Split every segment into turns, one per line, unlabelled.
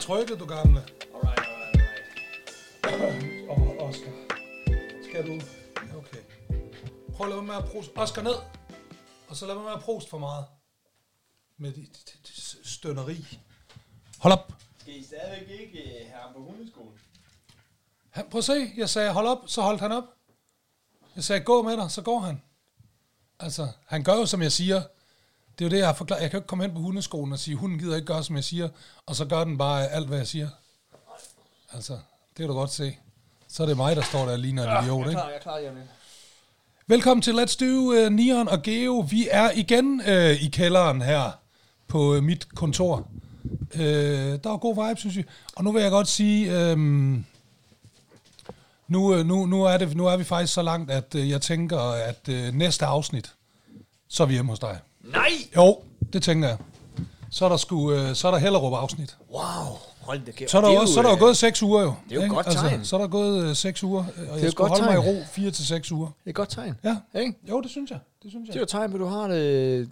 trykket, du gamle.
Alright, alright, alright.
Og Oscar. Skal du? Ja, Okay. Prøv at lade være med at prost. Oscar ned. Og så lad være med at prost for meget. Med dit, dit, dit stønneri. Hold op.
Skal I stadigvæk ikke øh, have ham på hundeskolen?
Han, prøv at se, jeg sagde hold op, så holdt han op. Jeg sagde gå med dig, så går han. Altså, han gør jo, som jeg siger. Det er jo det, jeg har forklaret. Jeg kan jo ikke komme hen på hundeskolen og sige, hunden gider ikke gøre, som jeg siger, og så gør den bare alt, hvad jeg siger. Altså, det kan du godt se. Så er det mig, der står der og ligner en idiot, ikke?
jeg er klar, Jamen.
Velkommen til Let's Do, uh, Neon og Geo. Vi er igen uh, i kælderen her på uh, mit kontor. Uh, der er god vibe, synes jeg. Og nu vil jeg godt sige, um, nu, øh, nu, nu, er det, nu er vi faktisk så langt, at uh, jeg tænker, at uh, næste afsnit, så er vi hjemme hos dig.
Nej!
Jo, det tænker jeg. Så er der, sku, uh, så er der Hellerup afsnit.
Wow, hold da kæft.
Så er der,
Det
jo, også, så er der jo
øh,
gået seks uger jo.
det er jo
ikke?
godt tegn.
så er der gået øh, seks uger, øh, og
jo
jeg skulle
godt
holde mig i
tegn.
ro fire til seks uger.
Det er et godt tegn.
Ja.
Ikke?
Jo, det synes jeg. Det synes jeg.
Det er jo et tegn på, at du har det øh,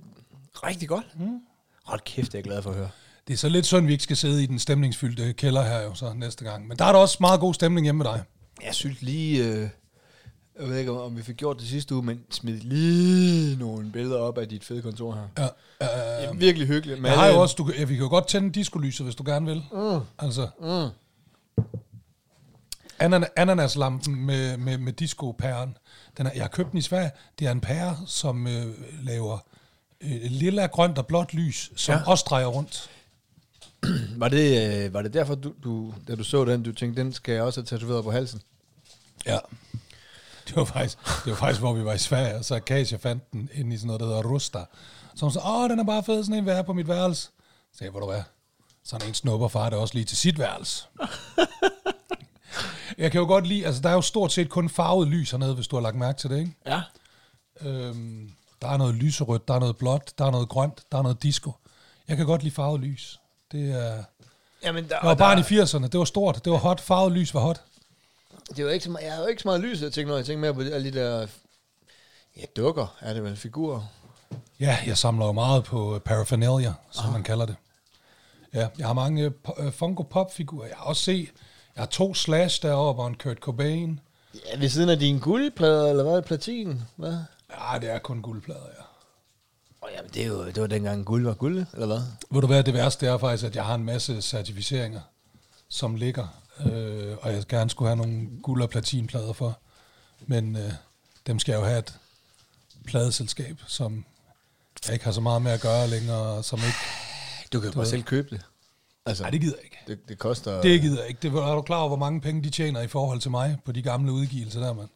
rigtig godt. Mm. Hold kæft, jeg er glad for at høre.
Det er så lidt synd, at vi ikke skal sidde i den stemningsfyldte kælder her jo så næste gang. Men der er der også meget god stemning hjemme med dig.
Jeg synes lige, øh, jeg ved ikke om- om vi fik gjort det sidste uge, men smid lige nogle billeder op af dit fede kontor her.
Ja,
Det
øh,
er virkelig hyggeligt. Men øh,
jeg har jo også, du, kan- ja, vi kan jo godt tænde diskolyset, hvis du gerne vil.
Mm,
Altså,
mm.
anan, ananaslampen med, med, med disco-pæren. Den er, jeg har købt den i Sverige. Det er en pære, som øh, laver øh, lilla, grønt og blåt lys, som
Ja.
ja. også drejer rundt.
Var, det, øh, var det derfor, du, du, da du så den, du tænkte, den skal jeg også have tatoveret på halsen?
Ja. Det var, faktisk, det var faktisk, hvor vi var i Sverige, og så Akasia fandt den inde i sådan noget, der hedder Rusta. Så hun sagde, åh, den er bare fed, sådan en være på mit værelse. Så sagde jeg, hvor du hvad? Sådan en snupper far det også lige til sit værelse. jeg kan jo godt lide, altså der er jo stort set kun farvet lys hernede, hvis du har lagt mærke til det, ikke?
Ja.
Øhm, der er noget lyserødt, der er noget blåt, der er noget grønt, der er noget disco. Jeg kan godt lide farvet lys. Det er...
Jamen, der,
Jeg var barn i 80'erne, det var stort, det var hot, farvet lys var hot.
det var ikke så meget, jeg havde jo ikke så meget lys, jeg tænkte, når jeg tænkte mere på alle de der ja, dukker, er det vel figurer?
Ja, jeg samler jo meget på øh, paraphernalia, som oh. man kalder det. Ja, jeg har mange øh, po- øh, Funko Pop-figurer. Jeg har også set, jeg har to Slash deroppe og en Kurt Cobain.
Ja, ved siden af dine guldplader, eller hvad? Platin? Hvad?
Ja, Ah, det er kun guldplader, ja.
Åh, jamen, det, er jo, det var dengang guld var guld, eller hvad?
Ved du hvad, det værste er faktisk, at jeg har en masse certificeringer, som ligger, øh, og jeg gerne skulle have nogle guld- og platinplader for. Men øh, dem skal jeg jo have et pladeselskab, som jeg ikke har så meget med at gøre længere, og som ikke...
Du kan jo bare selv købe det. Altså,
Nej, det gider jeg ikke.
det, det koster...
Det gider jeg ikke. Det, er du klar over, hvor mange penge de tjener i forhold til mig på de gamle udgivelser der, mand?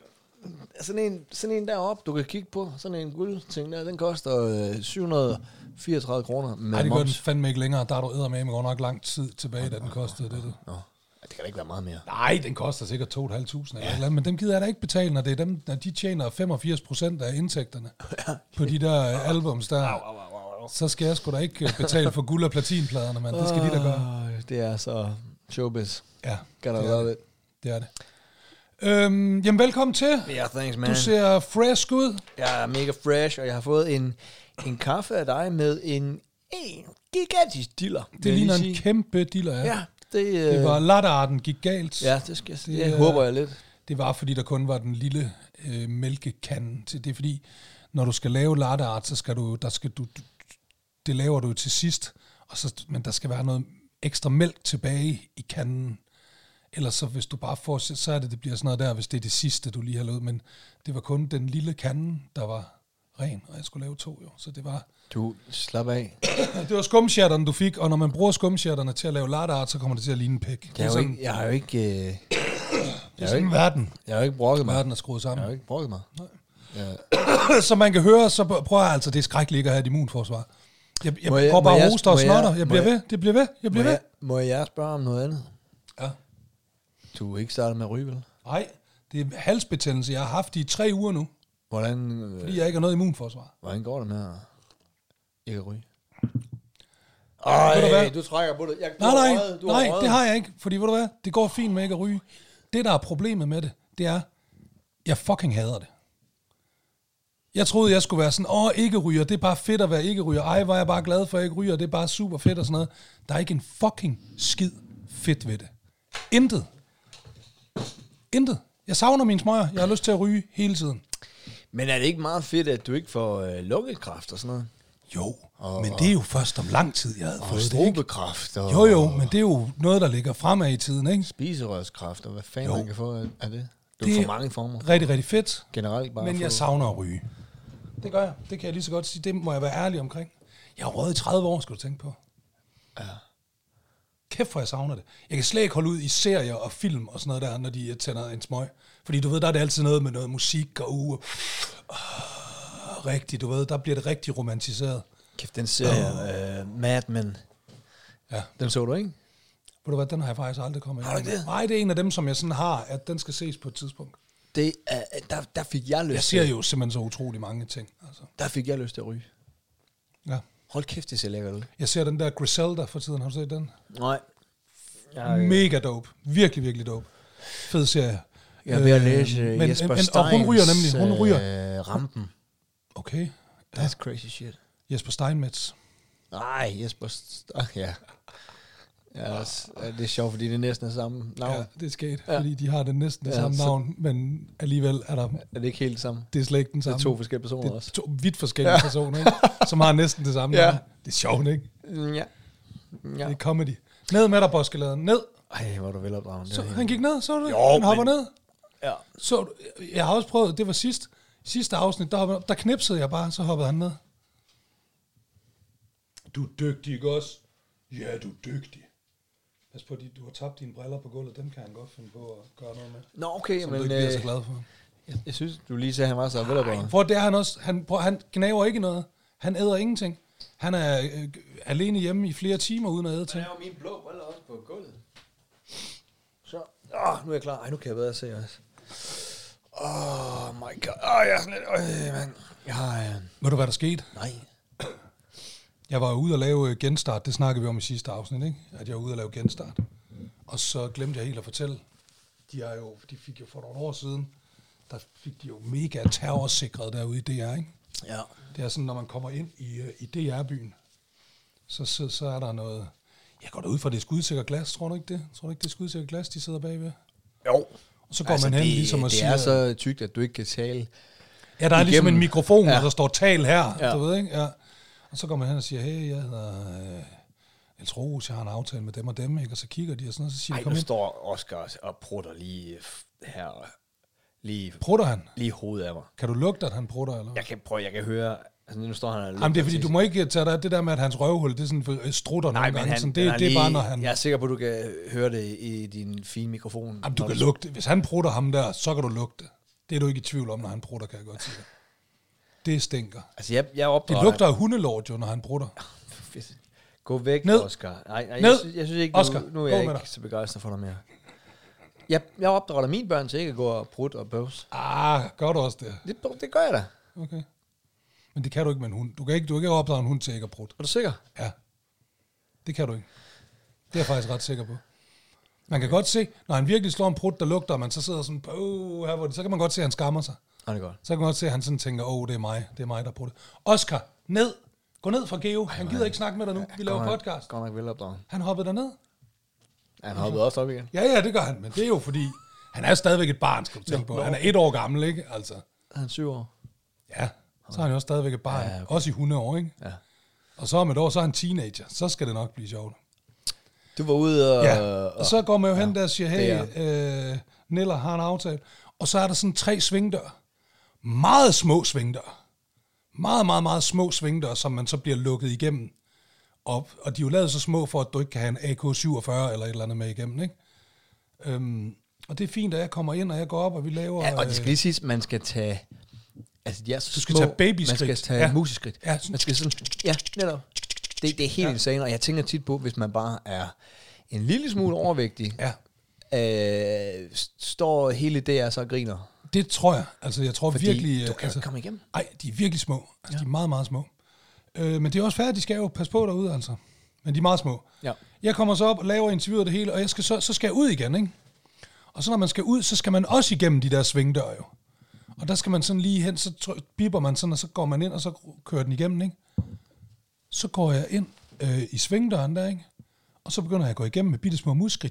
Sådan en, sådan en deroppe, du kan kigge på, sådan en guldting der, den koster øh, 734 kroner med
Nej, det gør den
moms.
fandme ikke længere. Der er du eddermame godt nok lang tid tilbage, da den kostede det. Du.
Nå, ja, det kan da ikke være meget mere.
Nej, den koster sikkert 2.500 eller, ja. eller men dem gider jeg da ikke betale, når, det er dem, når de tjener 85 procent af indtægterne på de der øh, albums der. Så skal jeg sgu da ikke øh, betale for guld- og platinpladerne, mand. Det skal de da gøre.
Åh, Det er så showbiz.
Ah. Ja,
Gotta
det er
love
det.
it.
det er det. Øhm, jamen, velkommen til.
Yeah, thanks man.
Du ser frisk ud.
Jeg er mega fresh, og jeg har fået en, en kaffe af dig med en, en gigantisk diller. vil
Det
jeg
ligner
lige
en
sige.
kæmpe diller, ja.
Ja, det, øh,
Det var latterarten gik galt.
Ja, det skal jeg sige.
Det
Det
er-
håber jeg lidt.
Det var, fordi der kun var den lille øh, mælkekande til. Det er fordi, når du skal lave latte art, så skal du, der skal du, du det laver du til sidst, og så, men der skal være noget ekstra mælk tilbage i kanden. Ellers så, hvis du bare får, så så er det, det bliver sådan noget der, hvis det er det sidste, du lige har lavet. Men det var kun den lille kande, der var ren, og jeg skulle lave to jo. Så det var,
Du, slap af.
det var skumshatterne, du fik, og når man bruger skumshatterne til at lave latte art, så kommer det til at ligne en pik. Det
Jeg
er
har jo
sådan,
ikke, jeg har jo ikke, øh,
det er
jo
sådan
ikke-
verden.
jeg har jo ikke brokket mig.
Verden er skruet sammen.
Jeg har jo ikke brokket mig. Ja.
som man kan høre, så prøver jeg altså, det er skrækkeligt ikke at have et immunforsvar. Jeg, jeg,
Må
jeg
jeg-
prøver
må
bare at
jeg-
hoste og
må jeg-
snotter. Jeg
må
bliver
jeg-
ved, det bliver ved, jeg
Må,
bliver ved.
jeg, må jeg spørge om noget andet?
Ja.
Du er ikke startet med at ryge, vel?
Nej, det er halsbetændelse, jeg har haft i tre uger nu,
Hvordan, øh,
fordi jeg ikke har noget immunforsvar.
hvordan går det med at ikke at ryge?
Ved du hvad?
du trækker på det. Jeg,
Nej, nej, nej, det har jeg ikke, fordi ved du hvad, det går fint med ikke at ryge. Det, der er problemet med det, det er, jeg fucking hader det. Jeg troede, jeg skulle være sådan, åh, ikke ryger, det er bare fedt at være ikke ryger. Ej, var jeg bare glad for, at jeg ikke ryger, det er bare super fedt og sådan noget. Der er ikke en fucking skid fedt ved det. Intet. Intet. Jeg savner mine smøger. Jeg har lyst til at ryge hele tiden.
Men er det ikke meget fedt, at du ikke får øh, lungekræft og sådan noget?
Jo, og, men det er jo først om lang tid, jeg havde
Og
fået det. Ikke?
strobekræft og
Jo, jo, men det er jo noget, der ligger fremad i tiden, ikke?
spiserørskræft og hvad fanden
Jo.
man kan få af af det. Du
Det-
får mange former.
Rigtig, rigtig fedt.
Generelt bare
Men jeg
få-
savner at ryge. Det gør jeg. Det kan jeg lige så godt sige. Det må jeg være ærlig omkring. Jeg har røget i 30 år, skal du tænke på. Ja. Kæft, hvor jeg savner det. Jeg kan slet ikke holde ud i serier og film og sådan noget der, når de tænder en smøg. Fordi du ved, der er det altid noget med noget musik og uge. Uh, rigtigt, du ved, der bliver det rigtig romantiseret.
Kæft, den serie uh, Mad Men.
Ja.
Den så du ikke?
Ved du hvad, den har jeg faktisk aldrig kommet
Har du ikke det?
Nej, det er en af dem, som jeg sådan har, at den skal ses på et tidspunkt.
Det, uh, der, der fik jeg lyst
Jeg ser jo simpelthen så utrolig mange ting. Altså.
Der fik jeg lyst til at ryge.
Ja.
Hold kæft, det ser lækkert ud.
Jeg ser den der Griselda for tiden, har du set den?
Nej. Jeg,
Mega dope. Virkelig, virkelig dope. Fed serie.
jeg er ved at
Øh,
læse øh,
men-
Jesper
men-
Steins
Og hun ryger nemlig. Hun ryger.
Øh, rampen.
Okay.
That's crazy shit.
Jesper Steinmetz.
Nej, Jesper Stein. Ja. ja også, ja, det er sjovt, fordi det næsten er samme navn.
Ja,
Ja.
det er sket,
Ja.
ja. fordi de har det næsten det
Ja,
samme
så-
navn, men alligevel er der
Er det ikke helt samme?
det er slet ikke den
Det
samme.
er to forskellige personer
det
også.
er to vidt forskellige ja. personer, ikke? som har næsten det samme
Ja.
navn. Det er sjovt, ikke?
Ja.
Ja.
ja.
Det er comedy. Ned med dig, Boskeladen. Ned.
Ej, hvor er du velopdragen.
Så, han gik ned, så du det?
Jo,
han hopper
men-
ned.
Ja.
Så, du- jeg har også prøvet, det var sidst, sidste afsnit, der, hoppede, der knipsede jeg bare, så hoppede han ned. Du er dygtig, ikke også? Ja, du er dygtig. Pas på, de, du har tabt dine briller på gulvet, dem kan han godt finde på at gøre noget med.
Nå, okay,
Som
men øh,
du ikke bliver så glad for.
jeg, jeg synes, du lige sagde, at han var så velopdragen.
Prøv, det er han også, han, prøv, han gnaver ikke noget. Han æder ingenting. Han er øh, alene hjemme i flere timer uden at æde ting.
er jo mine blå briller også på gulvet. Så, åh, nu er jeg klar. Ej, nu kan jeg bedre se os. Åh, oh my god. Åh, jeg er sådan lidt, øh, mand. Jeg har, øh,
Ved du, hvad der skete?
nej.
Jeg var ude og lave øh, genstart, det snakkede vi om i sidste afsnit, ikke? at jeg var ude og lave genstart. Og så glemte jeg helt at fortælle, de, er jo, de fik jo for nogle år siden, der fik de jo mega terrorsikret derude i DR. Ikke?
Ja.
Det er sådan, når man kommer ind i, øh, i DR-byen, så, så, så er der noget... Jeg går da ud fra, det er skudsikker glas, tror du ikke det? Tror du ikke, det er skudsikker glas, de sidder bagved?
Jo.
Og så går altså, man hen
det,
ligesom og
det
siger...
er så tykt, at du ikke kan tale.
Ja, der er ligesom
Igennem.
en mikrofon,
Ja.
ja. og der står tal her,
Ja.
ja. du ved, ikke? Ja. Og så går man hen og siger, hey, jeg hedder øh, Niels Roos, jeg har en aftale med dem og dem, ikke? Og så kigger de og sådan noget, så siger
Ej,
de, kom
nu
ind.
står Oscar og prutter lige øh, her. Lige,
Prutter han?
lige i hovedet af mig.
Kan du lugte, at han prutter, eller hvad?
Jeg kan prøve, jeg kan høre... Altså, nu står han og
Jamen, det er fordi, du må ikke tage dig af det der med, at hans røvhul, det er sådan øh, strutter
Nej,
nogle
men
gange.
han,
sådan,
den
det,
har
det er bare,
lige-
når han...
Jeg er sikker på, at du kan høre det i din fine mikrofon.
Jamen, du
når
kan lugte. det. Hvis han prutter ham der, så kan du lugte. det. Det er du ikke i tvivl om, når han prutter, kan jeg godt sige. dig. Det stinker.
Altså, jeg, jeg
Det
opdrager
lugter af hundelort jo, når han prutter.
dig. Gå væk,
Ned.
Oscar. Nej, nej jeg,
Ned.
synes, jeg synes ikke, nu,
Oscar,
nu er
gå
jeg
med
ikke
dig.
så begejstret for dig mere. Jeg, jeg opdrager da mine børn til ikke at gå og brudt og bøvs.
Ah, gør du også det?
Det, det gør jeg da.
Okay. Men det kan du ikke med en hund. Du kan ikke, du kan ikke opdrage en hund til ikke at prutte.
Er du sikker?
Ja. Det kan du ikke. Det er jeg faktisk ret sikker på. Man kan godt se, når han virkelig slår en prut, der lugter, og man så sidder sådan, "Åh, her, hvor det, så kan man godt se, at han skammer sig.
Nej, det er godt.
Så kan man godt se, at han sådan tænker, åh, det er mig, det er mig, der prutter. Oscar, ned! Gå ned fra Geo. Han gider ikke snakke med dig nu. Vi laver
godt nok-
podcast.
Godt nok velopdraget.
Han hoppede derned.
Ja, han hoppede også op igen.
Ja, ja, det gør han, men det er jo fordi, han er stadigvæk et barn, skal du tænke på. Han er et år gammel, ikke? Altså,
Han er syv år.
ja, så er han jo også stadigvæk et barn.
Ja, okay.
Også i 100 år, ikke?
Ja.
Og så om et år, så er han teenager. Så skal det nok blive sjovt.
Du var ude og...
Ja, og så går man jo hen der og siger,
det
hey, øh, Niller har en aftale. Og så er der sådan tre svingdør. Meget små svingdør. Meget, meget, meget små svingdør, som man så bliver lukket igennem. Og, og de er jo lavet så små, for at du ikke kan have en AK-47 eller et eller andet med igennem, ikke? Øhm, og det er fint, at jeg kommer ind, og jeg går op, og vi laver...
Ja, og det
øh,
skal lige siges, man skal tage... Altså, de er så
Du skal
små,
tage babyskridt.
Man skal tage ja.
Ja.
museskridt.
Ja, sådan-
man skal sådan... Ja, netop. Det, det er helt ja. insane, og jeg tænker tit på, hvis man bare er en lille smule overvægtig,
Ja,
øh, s- står hele DR så og griner.
det tror jeg. Altså, jeg tror
Fordi
virkelig... øh,
du kan altså,
altså,
komme igennem.
Nej, de er virkelig små. Altså, ja. De er meget, meget små. Øh, men det er også fair, at de skal jo passe på derude, altså. Men de er meget små.
Ja.
Jeg kommer så op og laver interviewet og det hele, og jeg skal så, så skal jeg ud igen, ikke? Og så når man skal ud, så skal man også igennem de der svingdør jo. Og der skal man sådan lige hen, så try- bipper man sådan, og så går man ind, og så kører den igennem, ikke? Så går jeg ind øh, i svingdøren der, ikke? og så begynder jeg at gå igennem med bitte små muskler.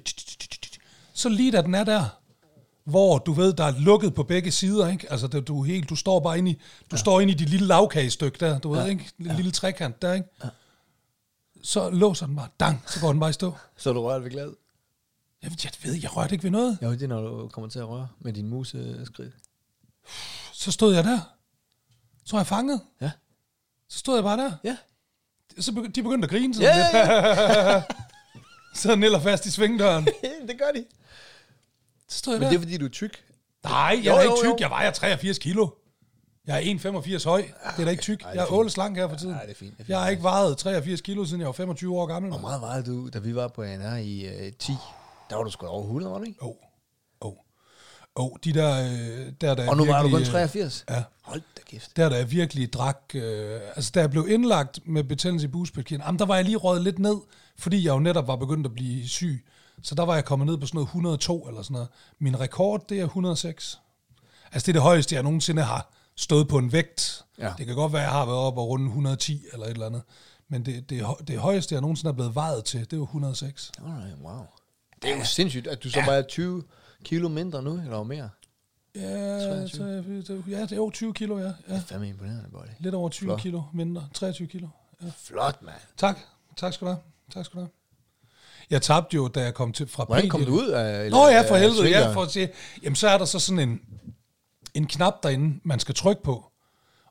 Så lige da den er der, hvor du ved, der er lukket på begge sider, ikke? Altså, det- du, er helt, du står bare inde i, du ja. står inde i dit lille lavkagestykke der, du ved, ikke? Lille, ja. lille trekant der, ikke? Ja. Så låser den bare, dang, så går den bare i stå.
Så er du rørt ved glad.
Jeg, jeg ved, jeg rørte ikke ved noget.
Jo, det er, når du kommer til at røre med din museskrid.
Så stod jeg der. Så var jeg fanget.
Ja.
Så stod jeg bare der.
Ja.
Så begy- de begyndte at grine
Ja,
sådan lidt.
ja, ja.
Så nælder fast i svingdøren.
det gør de.
Så stod jeg
Men
der.
det er, fordi du er tyk.
Nej, jeg
Jo,
er da
jo,
ikke
jo.
tyk. Jeg vejer 83 kilo. Jeg er 1,85 høj. Det er da ikke tyk.
Ej, det er
Jeg er
fint.
åleslank her for tiden.
Ej, det er fint, det er fint.
Jeg har ikke vejet 83 kilo, siden jeg var 25 år gammel.
Hvor
mand.
meget var du, da vi var på ANR i øh, 10? Der var du sgu da over 100, var du ikke?
Åh, åh, åh. De der, øh, der, der
Og nu var du kun
virkelig, øh,
83?
Ja.
Hold da kæft.
Der, der jeg virkelig drak... Øh, altså, da jeg blev indlagt med betændelse i bugspytkirtlen, jamen, der var jeg lige røget lidt ned, fordi jeg jo netop var begyndt at blive syg. Så der var jeg kommet ned på sådan noget 102 eller sådan noget. Min rekord, det er 106. Altså, det er det højeste, jeg nogensinde har stået på en vægt.
Ja.
Det kan godt være, at jeg har været op og runde 110 eller et eller andet. Men det, det, hø- det højeste, jeg nogensinde er blevet vejet til, det var 106.
Alright, wow. Det er jo sindssygt, at du så bare er 20 kilo mindre nu, eller mere.
Ja,
23.
23. Det, ja, det er over 20 kilo, ja.
Det
ja.
er fandme imponerende, Bolle.
Lidt over 20
Flot.
kilo mindre. 23 kilo. Ja.
Flot, mand.
Tak. Tak skal du have. Tak skal du have. Jeg tabte jo, da jeg kom til fra
Hvordan
P-
kom du ud af...
Nå ja, for
af
helvede. Ja,
svingdøren?
for at sige, jamen så er der så sådan en, en knap derinde, man skal trykke på.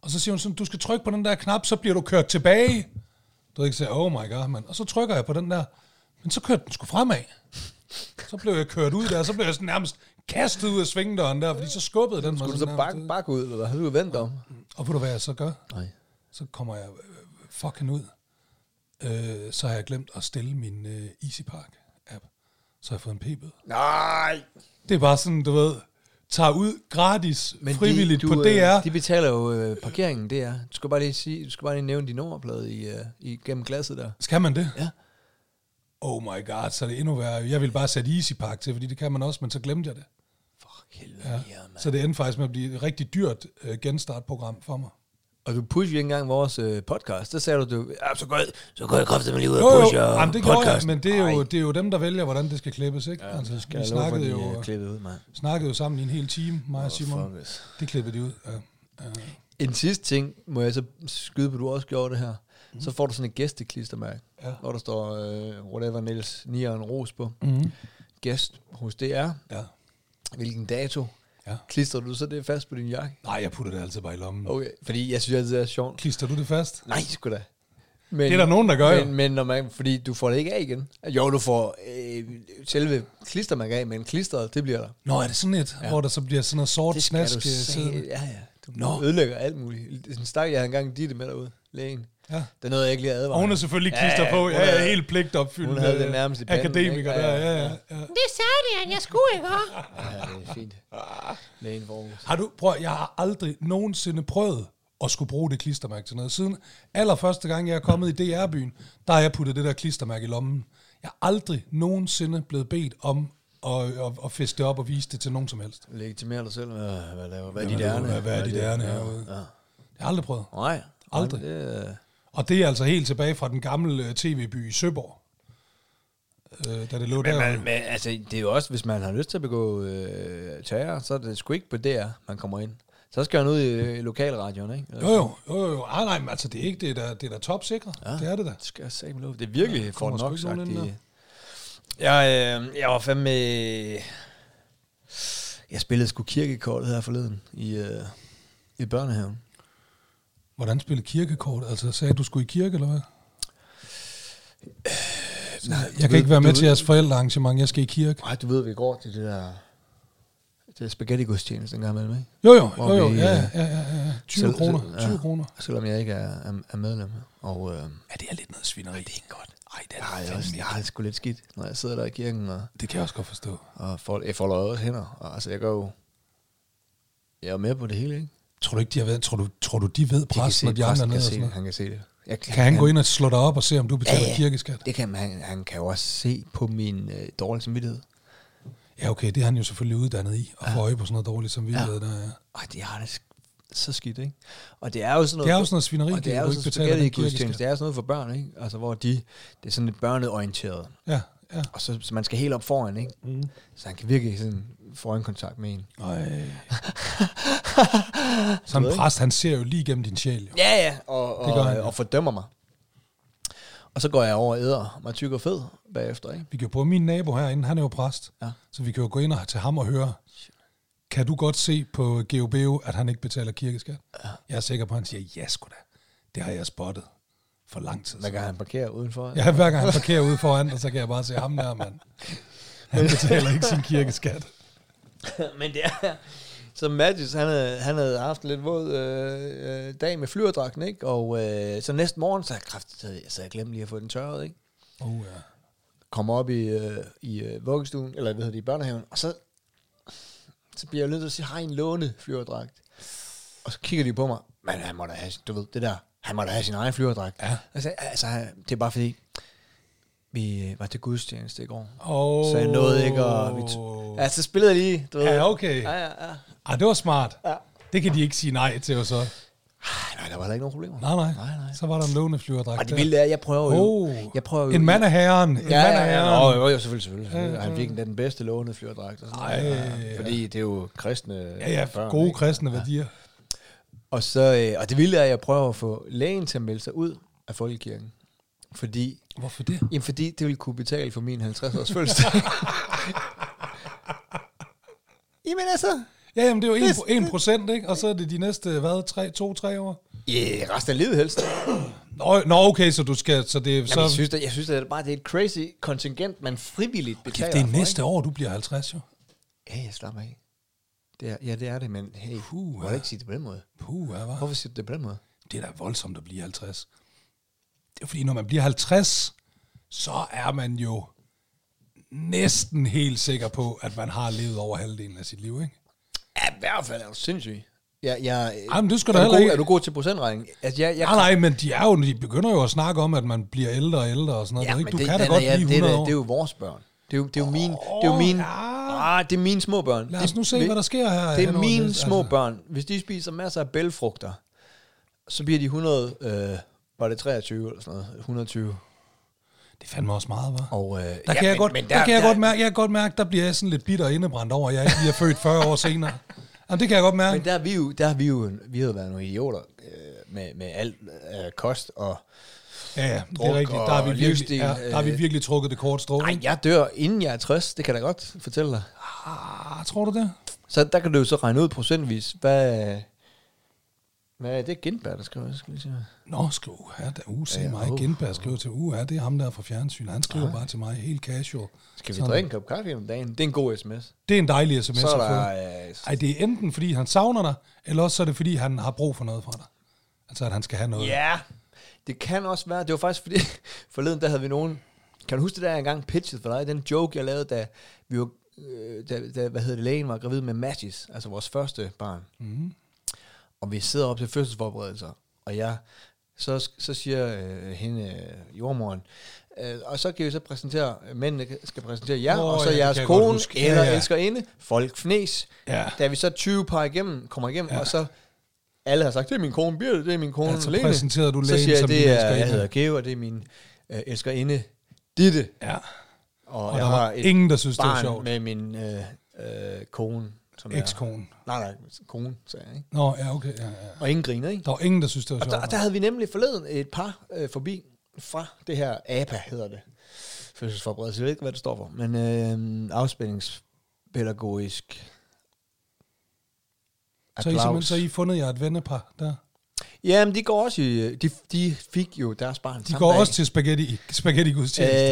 Og så siger hun sådan, du skal trykke på den der knap, så bliver du kørt tilbage. Du ved ikke, så jeg, oh my god, mand. Og så trykker jeg på den der, men så kørte den sgu fremad. Så blev jeg kørt ud der, og så blev jeg sådan nærmest kastet ud af svingdøren der, fordi så skubbede den mig.
Skulle du
sådan
så
nærmest
bakke
ud.
bak ud, eller hvad? Har du vendt om?
Og ved du, hvad jeg så gør?
Nej.
så kommer jeg øh, fucking ud. Øh, så har jeg glemt at stille min øh, Easy Park app. Så har jeg fået en p-bøde.
Nej!
Det er bare sådan, du ved, tager ud gratis, Men frivilligt
de,
på DR.
Øh, de betaler jo øh, parkeringen, det er. Du skal bare lige, sige, du skal bare lige nævne din nummerplade i, øh, i, gennem glasset der.
Skal man det?
Ja.
Oh my god, så er det endnu værre. Jeg ville bare sætte Easy Park til, fordi det kan man også, men så glemte jeg det.
For helvede, ja. ja, mand.
Så det endte faktisk med at blive et rigtig dyrt øh, genstartprogram for mig.
Og du pushede ikke engang vores øh, podcast. Der sagde du, du ja, så går jeg, så går jeg kraftedeme lige ud
Jo,
og
jo,
pusher
Jamen, det gjorde jeg,
podcasten."
men det er, jo,
Ej,
det er jo dem, der vælger, hvordan det skal klippes, ikke? Ja, altså, vi
jeg love for,
snakkede
de,
jo,
øh, klippet ud, mand.
snakkede jo sammen i en hel time, mig og Simon.
Fuck, yes.
Det klippede de ud, ja. ja.
En sidste ting, må jeg så skyde på, at du også gjorde det her. Mm. Så får du sådan et gæsteklistermærke,
Ja.
ja. hvor der står, øh, whatever Niels Nieren Ros på.
Mm-hmm.
Gæst hos DR.
Ja.
Hvilken dato?
Ja.
Klister du så det fast på din jakke?
Nej, jeg putter det altid bare i lommen.
Okay, fordi jeg synes altid, det er sjovt.
Klister du det fast?
Nej, sgu da. Men,
Det er der nogen, der gør, jo.
men, men når man, fordi du får det ikke af igen. Jo, du får øh, selve klistermærket af, men klisteret, det bliver der.
Nå, er det sådan et, ja. hvor der så bliver sådan noget sort
Det
snask øh,
se.
siddende?
Ja, ja. Du
Nå.
Nå. ødelægger alt muligt. Sådan stak jeg havde engang dit med derude, lægen.
Ja.
Der nåede jeg ikke lige at advare.
Og hun er selvfølgelig
Ja,
klister
ja,
på.
hun
Ja, ja,
havde-
helt pligtopfyldt.
hun havde det
øh,
nærmest i panden,
Akademiker
ikke?
der,
Ja,
ja,
ja,
ja, ja.
Det sagde han, jeg skulle ikke have.
Ja, det er fint. Lægen for Aarhus.
Har du, prøv, at- jeg har aldrig nogensinde prøvet at skulle bruge det klistermærke til noget. Siden allerførste gang, jeg er kommet i DR-byen, der har jeg puttet det der klistermærke i lommen. Jeg er aldrig nogensinde blevet bedt om at, at, at feste det op og vise det til nogen som helst.
Legitimerer dig selv. Hvad, hvad laver hvad er
Hvad
dit
laver-
ærne?
hvad- hvad er dit
dit-
ærne
ja,
herude?
ja.
Jeg har aldrig prøvet.
Nej.
Aldrig.
Det, øh,
Og det er altså helt tilbage fra den gamle øh, tv-by i Søborg. Øh, da det lå
men,
der.
man, men altså, det er jo også, hvis man har lyst til at begå øh, terror, så er det sgu ikke på DR, man kommer ind. Så skal han ud i, øh, lokalradioen, ikke?
Jo, jo, jo, jo. jo. Ah, nej, men altså, det er ikke det, der, det er der topsikre. Ja. Det er det der.
Det skal jeg sagde lov. Det er virkelig ja, for
kommer sgu
nok
ikke
sagt.
nogen ind
Det. Jeg, øh, jeg var fandme... Jeg spillede sgu kirkekortet her forleden i, øh, i børnehaven.
Hvordan spille kirkekort? Altså, sagde du skulle i kirke, eller hvad?
Øh, Nej,
Jeg kan ikke være med til jeres forældrearrangement. Jeg skal i kirke.
Nej, du ved, vi går til det der... Det der spaghetti-gudstjeneste en gang imellem, ikke?
Jo, jo,
Hvor
jo, jo.
vi,
Ja, ja,
øh,
ja, ja, ja. 20
selv-
kroner.
selv-
20
ja.
kroner.
Selvom jeg ikke er, er, er medlem. Og øh,
Ja, det er lidt noget svineri. Det er ikke godt. Ej, det
jeg, har det også, jeg har det sgu lidt skidt, når jeg sidder der i kirken og,
Det kan jeg også godt forstå.
og får, jeg folder også hænder. Og, altså, jeg går jo... Jeg er med på det hele, ikke?
Tror du ikke, de har været? Tror du, tror du de ved
De kan
præsten,
se-
og de andre
præsten
nede
kan
og
se
sådan
det.
noget?
Han kan se det. Jeg,
Kan han gå ind og slå dig op og se, om du
Ja,
betaler
ja.
kirkeskat?
Det kan man, han, han kan jo også se på min øh, dårlige samvittighed.
Ja, okay, det er han jo selvfølgelig uddannet i, at få øje på sådan noget dårligt som vi ved, der er.
Ej, det har det sk- så skidt, ikke? Og det er jo sådan noget...
Det er jo sådan noget svineri,
og det er
at
jo
du
sådan
ikke betaler
spaghetti
den kirke,
gudstjeneste.
skat.
Det er sådan noget for børn, ikke? Altså, hvor de... Det er sådan lidt børneorienteret.
Ja, ja.
Og så, så man skal helt op foran, ikke? Mm. Så han kan virkelig sådan få øjenkontakt med en.
Øj. Som præst, han ser jo lige igennem din sjæl. Jo.
Ja, ja, og,
Det gør
og,
han, ja.
og fordømmer mig. Og så går jeg over og æder mig tyk og fed bagefter, ikke?
Vi kan jo prøve min nabo herinde, han er jo præst.
Ja.
Så vi kan jo gå ind og til ham og høre, kan du godt se på GOBO, at han ikke betaler kirkeskat? Ja. Jeg er sikker på, at han siger, ja sgu da, det har jeg spottet for lang tid
Hver
siden.
gang han parkerer udenfor.
Ja, hver gang han parkerer ude foran, og så kan jeg bare se ham der, mand. Han betaler ikke sin kirkeskat.
Men det er... Så Mathis, han havde, han havde haft lidt våd øh, øh, dag med flyverdragten, ikke? Og øh, så næste morgen, så havde jeg, kraft, så, så havde jeg glemt lige at få den tørret, ikke?
Oh, ja.
Kom op i, øh, i øh, vuggestuen, eller hvad hedder det, i børnehaven, og så, så bliver jeg nødt til at sige, har I en låne flyverdragt? Og så kigger de på mig, men han må da have, sin- du ved, det der, han må da have sin egen flyverdragt.
Ja.
Altså, altså, det er bare fordi, vi øh, var til gudstjeneste i går.
Oh.
Så jeg nåede ikke at... Vi t- ja, så spillede jeg lige, du ved.
Ja, okay.
Ja, ja, ja.
Ej, det var smart. Ja. Det kan de ikke sige nej til, og så.
Ej, nej, der var heller ikke nogen problemer.
Nej, nej.
Nej, nej.
Så var der en lånende flyverdragt.
Og det vilde er, jeg prøver jo...
Oh.
Jeg prøver jo
En mand af herren. En
Ja,
mand af
ja,
herren.
ja. Nå, jo, jo, selvfølgelig, selvfølgelig. selvfølgelig. Han fik endda den bedste lånede flyverdragt. og sådan noget.
Ej,
Ja,
ja.
Fordi det er jo kristne
Ja, ja,
børn,
gode
ikke?
kristne værdier.
Og, så, øh, og det vilde er, at jeg prøver at få lægen til at melde sig ud af folkekirken. Fordi,
Hvorfor det?
jamen fordi det ville kunne betale for min 50-års fødselsdag. jamen altså,
Ja, jamen, det er jo 1 procent, ikke? Og så er det de næste, hvad, 3, 2, 3 år?
yeah, resten af livet helst.
Nå, nå okay, så du skal, så det er
Jamen, jeg
så...
synes, det, jeg synes det er bare, det er et crazy kontingent, man frivilligt betaler
Kæft, det er
for,
næste år, du bliver 50, jo.
ikke? Ja, jeg slapper af. Det er, ja, det er det, men hey,
Puh,
Puh, må
ja.
jeg ikke sige det på den måde?
Puh, ja, var.
Hvorfor siger du det på den måde?
Det er da voldsomt at blive 50. Det er fordi, når man bliver 50, så er man jo næsten helt sikker på, at man har levet over halvdelen af sit liv, ikke?
Ja, i hvert fald er du sindssyg. Ja, jeg,
Jamen, det skal du
er, du
heller
god,
ikke.
er du god til procentregning? Altså, jeg, jeg,
Nej, nej, men de, er jo, de begynder jo at snakke om, at man bliver ældre og ældre og sådan noget.
ja,
Ja,
men
ikke? Du
det,
kan da
Anna,
godt
ja,
blive
det, er
100
da-
år.
det er jo vores børn. Det er jo, det er jo min, det er jo min,
ja.
ah, det er mine små børn.
Lad
Det-
os nu se,
det-
hvad der sker her.
Det er
henover
mine
næste-
små
altså.
børn. Hvis de spiser masser af bælfrugter, så bliver de 100, øh, var det 23 eller sådan noget, 120.
Det er fandme også meget, var.
Og, øh, der
Der kan, ja, jeg, godt, men, der, der kan jeg, godt mærke, jeg kan godt mærke, der bliver jeg sådan lidt bitter og indebrændt over, at jeg ikke lige er født 40 år senere. Jamen, det kan jeg godt mærke.
Men der er vi jo, der er vi jo, en- vi har været nogle idioter øh, med, med alt øh, kost og...
ja, ja, det
druk
er rigtigt. Der
og
har vi virkelig,
livsstil,
ja, der har vi
øh,
virkelig trukket det kort strå.
Nej,
ikke?
jeg dør inden jeg er 60, det kan jeg da godt fortælle dig.
Ah, tror du det?
Så der kan du jo så regne ud procentvis, hvad... Hvad er det Gindberg, der skriver? Jeg skal lige se. her.
Nå, skriv her, der uh, se
Ja,
ja, mig.
uh.
Genberg skriver til, uh, her, det er ham der fra fjernsynet. Han skriver bare til mig, helt casual.
Skal vi
Sådan.
drikke en kop kaffe om dagen? Det er en god sms.
Det er en dejlig sms
Så er
at få.
der... Øh,
Ej, det er enten fordi, han savner dig, eller også så er det fordi, han har brug for noget fra dig. Altså, at han skal have noget.
øh, Ja, det kan også være. Det var faktisk fordi, forleden der havde vi nogen... Kan du huske det der, jeg engang pitchede for dig? Den joke, jeg lavede, da vi var... øh, Da, da, hvad hedder det, lægen var gravid med Matches, altså vores første barn.
Mm.
Og vi sidder op til fødselsforberedelser, og jeg... Så, så siger øh, hende, øh, jordmoren, øh, og så kan vi så præsentere, mændene skal præsentere jer,
Nå,
og så
ja, det
jeres
kan jeg godt
kone
huske. Ja,
eller ja,
ja.
ja. elskerinde, folk fnes.
Ja.
Da vi så 20 par igennem, kommer igennem,
Ja.
ja. og så alle har sagt, det er min kone Birte, det er min kone
Ja, så
Lene.
præsenterede du
Så
lægen
siger jeg,
som din
det er,
elskerinde.
jeg hedder Geo, og det er min øh, elskerinde Ditte.
ja.
Og,
Og
jeg
der
har
var
et
ingen, der synes, det var
barn
sjovt.
med min øh, øh, kone. Som
Ekskone.
Er, nej, nej, kone, sagde jeg. Ikke?
Nå, ja, okay. Ja, ja.
Og ingen griner, ikke?
Der var ingen, der synes, det var
Og der,
sjovt.
der havde vi nemlig forleden et par øh, forbi fra det her APA, hedder det. Fødselsforberedelse, jeg ved ikke, hvad det står for. Men øh, afspændingspædagogisk
Så I, simpelthen, så I fundet jer et vennepar der.
Ja, men de går også i, øh, de, de fik jo deres barn
De går også til spaghetti, spaghetti gudstjeneste.
Øh,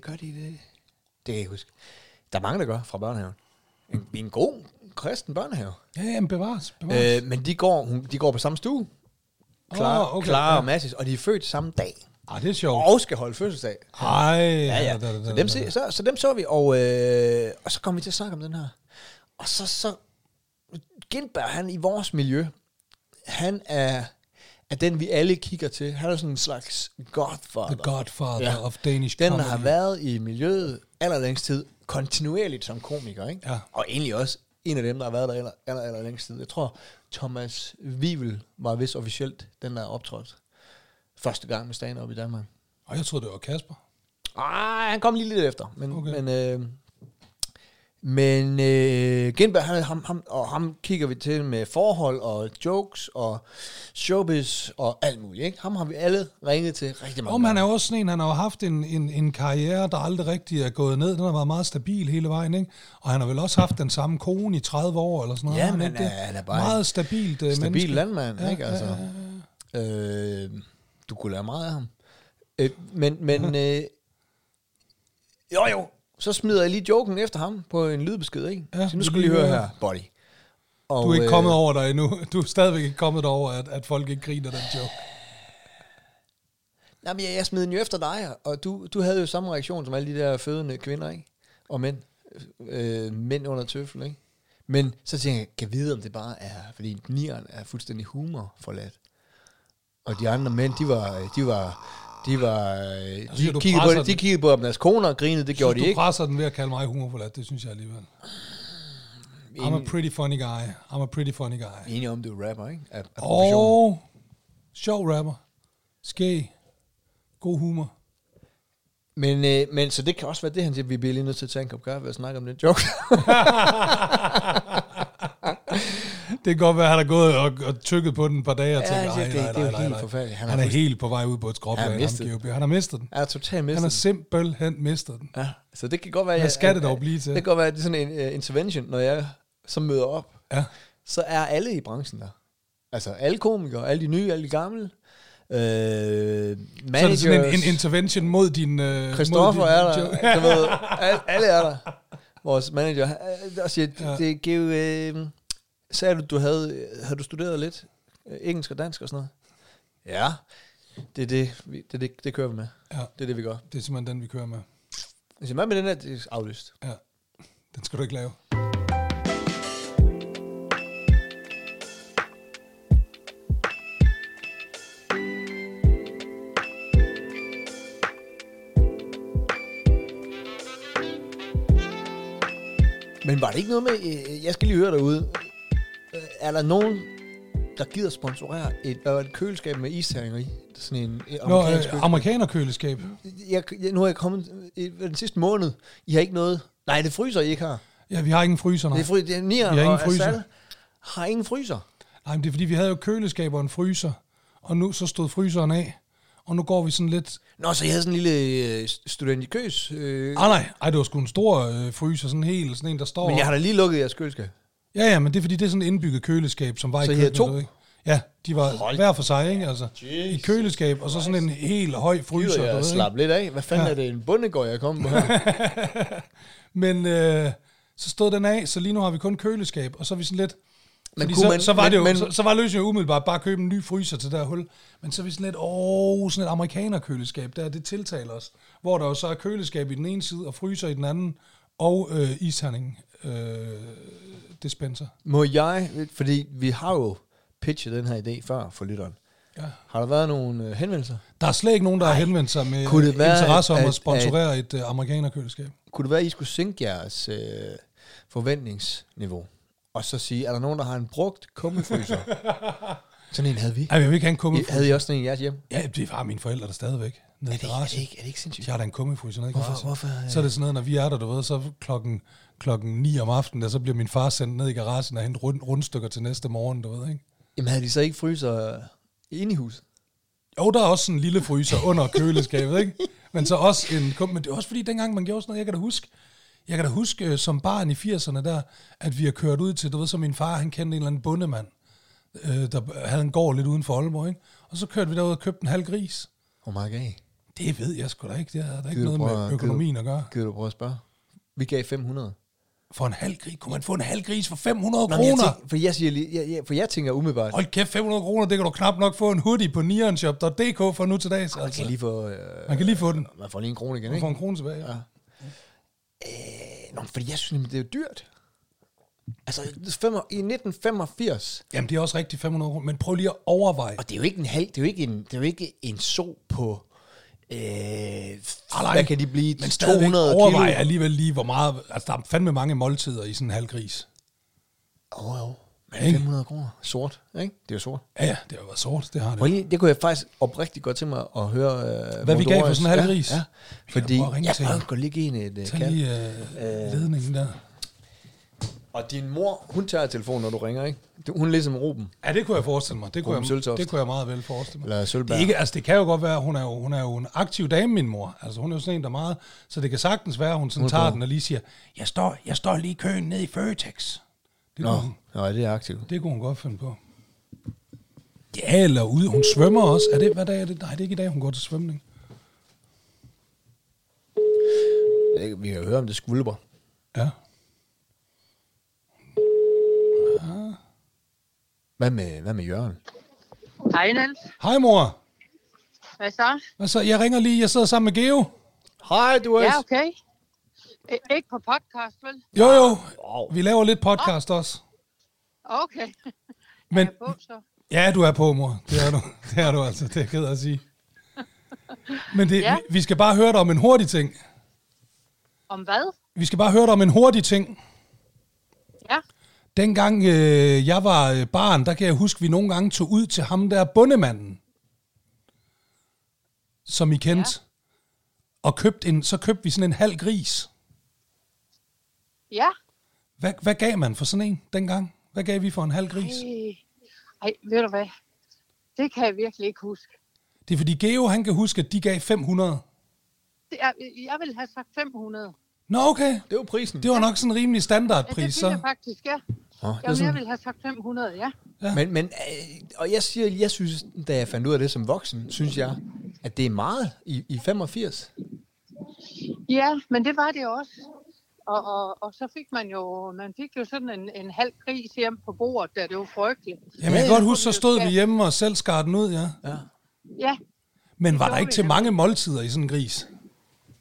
gør de det? Det kan jeg ikke huske. Der er mange, der gør fra børnehaven. En, en god kristen børnehave.
Øh, ja, jamen bevares, bevares. Øh,
Øh, men de går, hun, de går på samme stue. Klar,
Åh,
oh,
okay,
okay, Clara
ja.
og Massis, og de er født samme dag.
ah, det er sjovt.
Og skal holde fødselsdag.
Ej,
Ja, ja.
da, da, da,
Så
da, da.
dem, se, så, så dem så vi, og, øh, og så kom vi til at snakke om den her. Og så, så Gindberg, han i vores miljø, han er, er den, vi alle kigger til. Han er sådan en slags godfather.
The Godfather
Ja.
of Danish
den, der
comedy.
har været i miljøet allerlængst tid, kontinuerligt som komiker, ikke?
Ja.
Og egentlig også en af dem, der har været der aller, aller, aller længst tid. Jeg tror, Thomas Vivel var vist officielt den, der optrådte første gang med stand-up i Danmark.
Og jeg troede, det var Kasper.
Ah, han kom lige lidt efter. Men,
Okay.
okay. men, øh, men øh, Gindberg, han, ham, ham, og ham kigger vi til med forhold og jokes og showbiz og alt muligt. Ikke? Ham har vi alle ringet til rigtig mange
Om han
gange.
er jo også sådan en, han har jo haft en, en, en karriere, der aldrig rigtig er gået ned. Den har været meget stabil hele vejen, ikke? Og han har vel også haft den samme kone i 30 år eller sådan noget.
Ja,
har
men
ikke
han
det?
er- han er bare en
Meget stabilt øh,
Stabil
menneske.
landmand, ja, ikke? Altså, ja, ja. Øh, du kunne lære meget af ham. Øh, men, men øh, jo jo, så smider jeg lige joken efter ham på en lydbesked, ikke?
Ja,
Ja, så nu
vi
skal du lige
lige
høre
høre.
her, buddy. Og, øh,
Du er ikke kommet over dig endnu. Du er stadigvæk ikke kommet over, at, at folk ikke griner den joke.
Nej, men jeg, jeg smed den jo efter dig, og du, du havde jo samme reaktion som alle de der fødende kvinder, ikke? Og mænd. Øh, mænd under tøffel, ikke? Men så tænker jeg, kan jeg vide, om det bare er, fordi nieren er fuldstændig humor forladt. Og de andre mænd, de var, de var, de var, de,
Altså, siger, du
kiggede, på,
presser
det- de
den.
kiggede på, om deres koner og grinede, det gjorde
du
de ikke.
presser den ved at kalde mig humorforladt, det synes jeg alligevel.
Mm,
I'm a pretty funny guy. I'm a pretty funny guy.
Enige om, du er rapper, ikke? Af, af oh.
Og sjov rapper. Skæg. God humor.
men, øh, men så det kan også være det, han siger, vi bliver lige nødt til at tage en kop kaffe og snakke om den joke.
Det kan godt være, at han har gået og, og tykket på den et par dage og
Ja,
tænkt, nej,
ja, det-
nej,
det er
nej,
jo
nej,
helt
nej.
forfærdeligt. Han
Han,
har
er
fuldst-
helt på vej ud på et skråplan.
Han har
Han,
mistet
han, han har mistet den.
jeg er totalt
Han
mistet.
har simpelthen mistet den.
Ja, så det kan godt være...
Hvad
jeg-
skal det
at-
dog blive til?
Det kan godt være, at det er sådan en uh, intervention, når jeg så møder op.
Ja.
Så er alle i branchen der. Altså alle komikere, alle de nye, alle de gamle. Øh,
Så er det
managers,
sådan en, en intervention mod din... Øh,
Christoffer
mod din
er der,
joke.
du ved, alle, alle er der. Vores manager, øh, der siger, ja. det gav, øh, sagde du, du havde, havde du studeret lidt øh, engelsk og dansk og sådan noget? Ja. Det er det, vi, det, er det, det kører vi med.
Ja.
Det er det, vi gør.
Det er simpelthen den, vi kører med.
Jeg siger, hvad med den her? Det er aflyst.
Ja. Den skal du ikke lave. øh,
Men var det ikke noget med, øh, jeg skal lige høre derude, Øh, er der nogen, der gider sponsorere et, hvad var det, køleskab med isterninger i? Sådan en øh,
Nå,
amerikansk
øh,
køleskab.
amerikanerkøleskab.
jeg, jeg, nu er jeg kommet, øh, den sidste måned, I har ikke noget, nej det fryser I ikke har.
Ja, vi har ingen fryser, nej.
Det er, fry, det er
Vi
nieren
har
og
ingen fryser.
Asal har ingen fryser.
Nej, men det er fordi, vi havde jo køleskab og en fryser, og nu så stod fryseren af, og nu går vi sådan lidt...
Nå, så I havde sådan en lille øh, student i køs. Øh,
Ah nej, ej, det var sgu en stor øh, fryser, sådan en hel, sådan en, der står...
men jeg har da lige lukket jeres køleskab.
Ja, ja, men det er fordi, det er sådan et indbygget køleskab, som var
Så
i
I havde
køkkenet.
to?
du ved, ikke? Ja, de var Hold hver for sig, ikke? Altså, I køleskab, og så sådan en helt høj fryser.
Gider
du
jeg
ved,
slappe lidt af? Hvad fanden ja. er det, en bundegård, jeg kom på her?
ikke? Men øh, så stod den af, så lige nu har vi kun køleskab, og så er vi sådan lidt...
Men
Men
kunne
så,
man-
så, var
men-
det jo,
men-
så, så, var løsningen jo umiddelbart bare at købe en ny fryser til det her hul. Men så er vi sådan lidt, åh, sådan et amerikanerkøleskab, der det tiltaler os. Hvor der jo så er køleskab i den ene side, og fryser i den anden, og øh, isherning øh, dispenser.
Må jeg, fordi vi har jo pitchet den her idé før for lytteren.
Ja.
Har der været nogle øh, henvendelser?
Der er slet ikke nogen, der har henvendt sig med
Kunne det være,
interesse om
at-
at sponsorere et øh, amerikanerkøleskab.
Kunne det være, at I skulle sænke jeres øh, forventningsniveau? Og så sige, er der nogen, der har en brugt kummefryser? sådan en havde vi.
Ej, jeg vil ikke have en
I,
kummefryser.
havde I også sådan en i jeres hjem?
Ja, det har mine forældre der stadigvæk. Nede i
Er det
garagen.
ikke, er det ikke sindssygt?
De har da en kummefryser nede i
Hvorfor-
garagen.
hvorfor, øh?
Så er det sådan noget, når vi er der, du ved, så klokken, klokken 9 om aftenen, der, så bliver min far sendt ned i garagen og hentet rund, rundstykker til næste morgen, du ved, ikke?
Jamen havde de så ikke fryser øh, inde i huset?
Jo, der er også sådan en lille fryser under køleskabet, ikke? Men så også en kum. Men det er også fordi, dengang man gjorde sådan noget, jeg kan da huske, jeg kan da huske øh, som barn i 80'erne der, at vi har kørt ud til, du ved, så min far, han kendte en eller anden bondemand, øh, der havde en gård lidt uden for Aalborg, ikke? Og så kørte vi derud og købte en halv gris.
Oh my god.
Det ved jeg sgu da ikke, det havde da ikke
Gider du
noget
prøve at-
med økonomien at gøre.
Gider du prøve at spørge? Vi gav 500.
For en halv gris? Kunne man få en halv gris for 500
Nå, men jeg
kroner?
tænker, for, jeg siger lige, jeg, jeg, for jeg tænker umiddelbart,
Hold kæft, 500 kroner, det kan du knap nok få en hoodie på nirenshop.dk for nu til dags.
man kan
Altså.
lige få, øh,
Man kan lige få den.
man får lige en krone igen,
Man
ikke?
får en krone tilbage. Ja.
Øh, Nå, men fordi jeg synes nemlig, det er jo dyrt. Altså, fem, i 1985,
Jamen, det er også rigtigt 500 kroner, men prøv lige at overveje.
og det er jo ikke en halv, det er jo ikke en, det er jo ikke en so på, øh,
Ah, nej.
hvad kan de blive,
Men
200
stadigvæk
kilo?
overvej alligevel lige, hvor meget... Altså, der er fandme mange måltider i sådan en halv gris.
Åh, oh, jo. Men
Ikke?
500 kroner. Sort, ikke? Det er jo sort.
Ja, ja, det har jo været sort, det har
Prøv
det.
lige, det kunne jeg faktisk oprigtigt godt tænke mig at høre. Øh,
Hvad vi gav for
Mondoras.
sådan en halv gris.
Ja, ja, fordi
prøve at ringe
jeg
til
prøver
hende.
godt lige give hende et øh,
Tag lige
kald.
øh, ledningen der.
Og din mor, hun tager telefonen, når du ringer, ikke? Du, hun er ligesom Ruben.
Ja, det kunne jeg forestille mig. Det kunne,
Ruben
jeg,
Søltoft.
det kunne jeg meget vel forestille mig.
Eller
Det,
Sølberg.
er ikke, altså det kan jo godt være, hun er jo, hun er jo en aktiv dame, min mor. Altså hun er jo sådan en, der er meget... Så det kan sagtens være, hun sådan tager den og lige siger, jeg står, jeg står lige i køen ned i Føtex. Det,
Nå,
kunne, hun,
Nå, er det aktivt?
det kunne hun godt finde på. Ja, eller ude. Hun svømmer også. Er det, hvad dag er det? Nej, det er ikke i dag, hun går til svømning.
Det- Vi kan jo høre, om det skvulper.
Ja.
Hvad med, hvad med Jørgen?
Hej Niels.
Hej mor.
Hvad så?
Hvad så? Jeg ringer lige. Jeg sidder sammen med Geo.
Hej, du er...
Ja, okay. I- ikke på podcast, vel?
Jo, jo. Vi laver lidt podcast også.
Okay.
Men
Jeg er på, så.
ja, du er på, mor. Det er du, det er du altså. Det er jeg ked af at sige. Men det,
Ja.
ja. vi, vi skal bare høre dig om en hurtig ting.
Om hvad?
Vi skal bare høre dig om en hurtig ting.
Ja.
Dengang øh, jeg var øh, barn, der kan jeg huske, at vi nogle gange tog ud til ham der bondemanden, som I kendte, ja. og købte en, så købte vi sådan en halv gris.
Ja.
Hvad, hvad gav man for sådan en dengang? Hvad gav vi for en halv gris?
Ej. Ej, ved du hvad? Det kan jeg virkelig ikke huske.
Det er fordi Geo, han kan huske, at de gav 500.
Det er, jeg ville have sagt 500.
Nå, okay.
Det var prisen.
Det var nok sådan en rimelig
Ja, det
standardpris,
ville jeg
så.
faktisk, ja.
Nå,
Jamen, jeg ville have sagt 500, ja.
Ja.
Men, men øh, og jeg siger, jeg synes, da jeg fandt ud af det som voksen, synes jeg, at det er meget i, i 85.
Ja, men det var det også. Og, og, og så fik man jo, man fik jo sådan en, en halv gris hjem på bordet, da det var frygteligt.
Jamen, jeg kan godt huske, så stod vi hjemme og selv skar den ud, ja.
Ja.
Ja,
Men var der ikke til mange måltider i sådan en gris?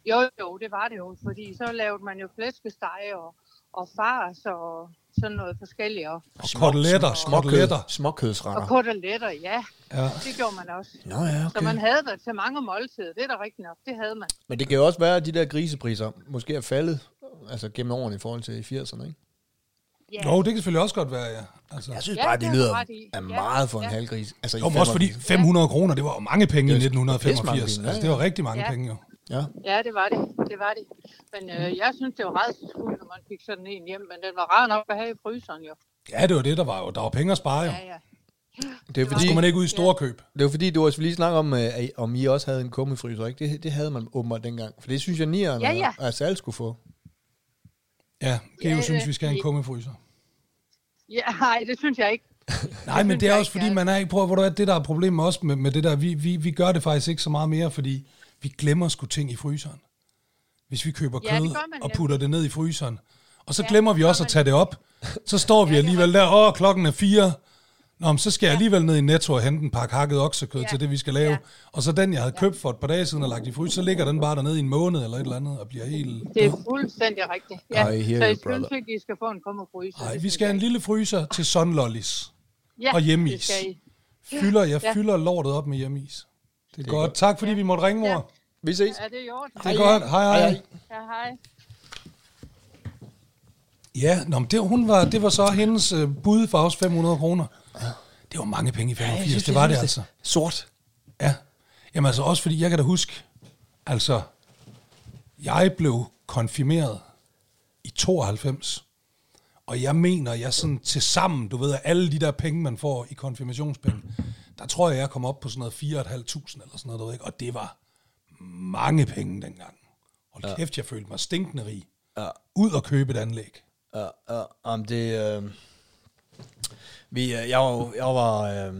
Jo, jo, det var det jo, fordi så lavede man jo flæskesteg og, og fars og sådan noget forskelligt. Og,
Og koteletter, koteletter.
og
Småkødsretter.
koteletter, ja,
Ah. Ja.
det gjorde man også.
Nå ja,
Så man havde der til mange måltider, det er da rigtigt nok, det havde man.
Men det kan jo også være, at de der grisepriser måske er faldet altså gennem årene i forhold til i 80'erne, ikke?
Ja,
Jo, det kan selvfølgelig også godt være, ja. Altså.
Jeg synes
Ja,
bare, det
det
lyder
har du ret i.
af
Ja,
meget for en
ja.
halv gris. Altså, i
Jo, men også fordi
85.
500 kroner, det var jo mange penge i
Det er jo
1985.
pisse mange
Altså, det var rigtig mange
Ja.
penge, jo.
Ja.
ja det var det, det var det. Men øh, jeg synes, det var rædselsfuldt, når man fik sådan en hjem, men den var rar nok at have i fryseren jo.
Ja, det var det, der var jo. Der var penge at spare, jo.
Ja, ja.
Det er
Så
fordi,
skulle man ikke ud i store køb.
det er fordi du også lige snakke om, øh, at- om I også havde en kummefryser, ikke? Det, det havde man åbenbart dengang. For det synes jeg, nieren
Ja, ja.
og- og Sal skulle få.
Ja, det er jo,
Ja,
synes
ja.
vi skal have en kummefryser.
Ja, nej, det synes jeg ikke.
Nej, men
synes
det er
jeg
også
ikke,
fordi,
jeg-
man er ikke... Prøv, hvor det der er problemet med os med, med det der. Vi, vi, vi gør det faktisk ikke så meget mere, fordi vi glemmer sgu ting i fryseren. Hvis vi køber
Ja, det
kød
gør man
og
nemlig.
putter det ned i fryseren. Og så
Ja,
glemmer vi
det gør
også at
man.
tage det op. Så står vi alligevel der, åh, klokken er fire. Nå, men så skal jeg alligevel ned i Netto og hente en pakke hakket oksekød ja.
Ja.
til det, vi skal lave.
Ja.
Og så den, jeg havde købt for et par dage siden og lagt i frys, så ligger den bare dernede i en måned eller et eller andet og bliver helt...
Det er fuldstændig rigtigt. Ja.
I hear
så
you,
jeg synes
brother.
ikke, I skal få en kummerfryser.
Nej,
det
vi
synes
skal
jeg
have en
ikke.
lille fryser til sunlollies.
ja,
og hjemmeis.
det skal I.
Fylder, jeg
Ja.
fylder lortet op med hjemmeis. Det er, godt. Tak, fordi vi måtte ringe, mor.
Ja.
Vi ses.
Er det i orden?
Det er godt. Hej, hej. hej.
Ja, hej.
Ja, nå, men det, hun var, det var så hendes øh, bud for os 500 kroner. Det var mange penge i 85, ja, synes, det var det altså.
Sort.
Ja. Jamen altså også fordi, jeg kan da huske, altså, jeg blev konfirmeret i 92, og jeg mener, jeg sådan til sammen, du ved, af alle de der penge, man får i konfirmationspenge, der tror jeg, jeg kom op på sådan noget 4.500 eller sådan noget, du ved ikke? og det var mange penge dengang. Hold ja. kæft, jeg følte mig stinkende rig. Ja. Ud og købe et anlæg.
Ja, ja, Øh, om det... Øh, vi, øh, jeg var, jo- jeg var øh,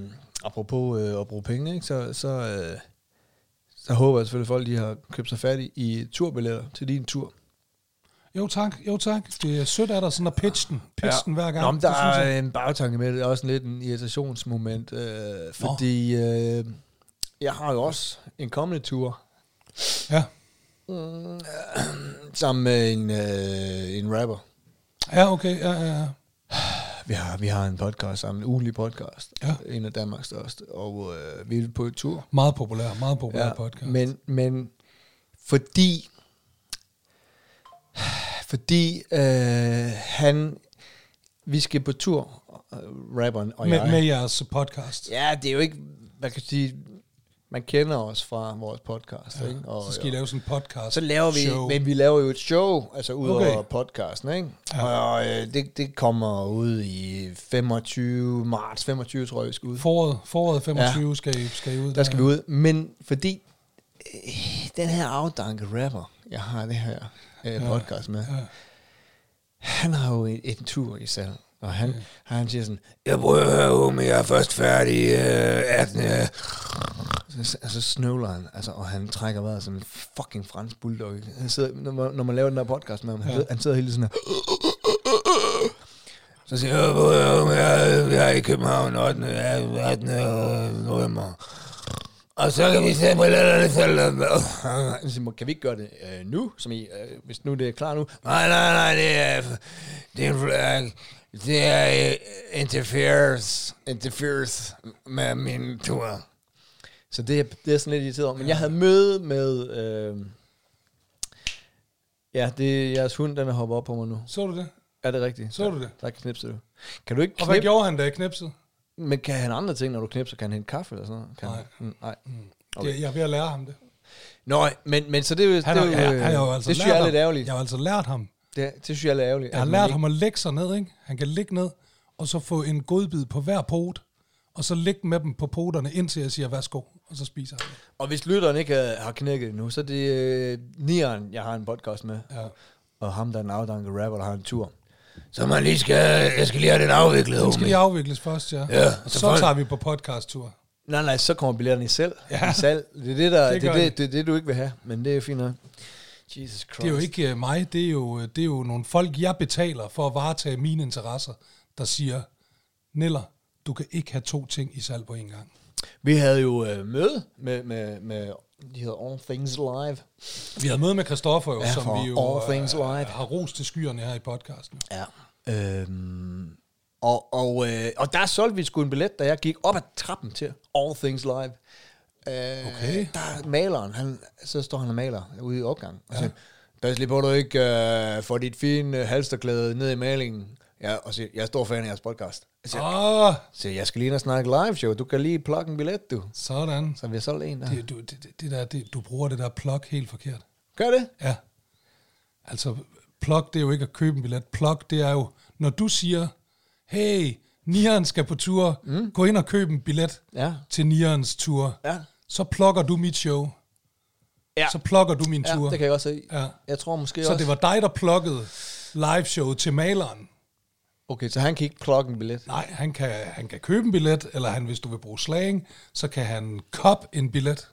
apropos øh, at bruge penge, ikke, så, så, øh, så håber jeg selvfølgelig, at folk de har købt sig fat i, i turbilletter til din tur.
Jo tak, jo tak. Det er sødt af dig sådan at pitche den, pitche ja. den hver gang.
Nå, men der
det synes jeg.
er en bagtanke med det. Der er også lidt en irritationsmoment, øh, fordi øh, jeg har jo også en kommende tur
Ja.
sammen med en, øh, en rapper.
ja, okay. Ja, ja, ja.
Vi har, vi har en podcast sammen, en ugenlig podcast.
Ja.
En af Danmarks største. Og øh, vi er på tur.
Meget populær, meget populær ja, podcast.
Men, men fordi, fordi øh, han vi skal på tur, øh, rapperen og
med,
jeg.
med jeres podcast.
Ja, det er jo ikke, man kan sige, man kender os fra vores podcast, ja, ikke?
Og, så skal I
og,
lave sådan en podcast.
så laver vi,
show.
show. men vi laver jo et show, altså ud
Okay.
okay. over podcasten, ikke? Ja. Og øh, det, det kommer ud i 25, marts 25, tror jeg, vi skal ud.
Foråret, foråret 25 ja. skal, I, skal I ud.
Der skal vi ud, men fordi øh, den her afdanke rapper, jeg har det her øh, podcast med,
Ja.
han har jo en, en tur i salg. Og han, han siger sådan, jeg prøver at høre, homie, jeg er først færdig øh, 18. Øh. Så, så, så snøvler han, altså, og han trækker vejret som en fucking fransk bulldog. ikke? Han sidder, når, man, når man laver den der podcast med ham, han, sidder, han sidder hele tiden her. Så siger jeg, jeg, prøver, jeg, jeg er i København 8. 18. øh, november. Og så kan vi se på lidt selv. Kan vi ikke gøre det øh, nu, som I, øh, hvis nu det er klar nu? Nej, nej, nej, det er, det er, en flag. det er øh, interferes, interferes med min tur. Så det, er- det er sådan lidt irriteret over. Men jeg havde møde med... Øh, ja, det er jeres hund, den er hoppet op på mig nu.
Så du det?
Er det rigtigt?
Så du det?
Der knipser du. Kan du ikke
Og hvad
knipse?
gjorde han, da jeg knipsede?
Men kan han andre ting, når du knipser? Kan han hente kaffe eller sådan noget? Kan
Nej.
Han? Mm, nej. Mm.
Okay.
Okay.
Jeg, jeg er ved at lære ham det.
Nå, men, men så det, er jo-
Han
det,
har,
er jo- øh,
jeg, han har jo altså
det
lært
synes jeg er
ham-
lidt ærgerligt.
Jeg har altså lært ham.
Det, det synes jeg er lidt ærgerligt.
Jeg har
at man
lært
ikke-
ham at lægge sig ned, ikke? Han kan ligge ned, og så få en godbid på hver pot, og så ligge med dem på poterne, indtil jeg siger, værsgo, og så spiser han. det.
Og hvis lytteren ikke øh, har, har knækket det nu, så er det øh, Nieren, jeg har en podcast med.
Ja.
Og ham, der er en afdanket rapper, der har en tur. Så man lige skal, jeg skal lige have den afviklet,
Den skal lige afvikles først, ja.
Ja,
og
så
så
folk-
tager vi på podcasttur.
Nej, nej, så kommer billetterne i salg.
Ja.
Ja. I salg. Det er det, der,
Det
det, det,
gør
det,
de.
det, det, er det, du ikke vil have, men det er fint nok. Jesus Christ.
Det er jo ikke øh, mig, det er jo, øh, det er jo nogle folk, jeg betaler for at varetage mine interesser, der siger, Niller, du kan ikke have to ting i salg på en gang.
Vi havde jo øh, møde med, med, med, de hedder All Things Live.
Vi havde møde med Christoffer, jo,
Ja,
som
for
vi jo
All Things
øh,
Live.
har rost til skyerne her i podcasten.
Ja. Øhm, og, og, øh, og der solgte vi sgu en billet, da jeg gik op ad trappen til All Things Live. Øh,
Okay.
Der er maleren, han, så står han og maler ude i opgangen. Og siger, pas lige på, du ikke øh, får dit fine øh, halsterklæde ned i malingen. Ja, og siger, jeg er stor fan af jeres podcast. Jeg siger,
Åh,
siger, jeg skal lige ind og snakke live show. Du kan lige plukke en billet, du.
sådan.
Så vi har solgt en der.
Det, du, det, det- det der, det, du bruger det der plug helt forkert.
Gør det?
Ja. Altså, plug, det er jo ikke at købe en billet. Plug, det er jo, når du siger, hey, Nieren skal på tur, mm. gå ind og køb en billet
Ja.
til Nierens tur.
Ja.
Så plukker du mit show.
Ja.
Så plukker du min
Ja,
tur.
det kan jeg også se.
Ja.
Jeg tror måske
Så
også...
det var dig, der plukkede liveshowet til maleren.
Okay, så han kan ikke plukke en billet.
Nej, han kan, han kan købe en billet, eller han, hvis du vil bruge slang, så kan han cop en billet.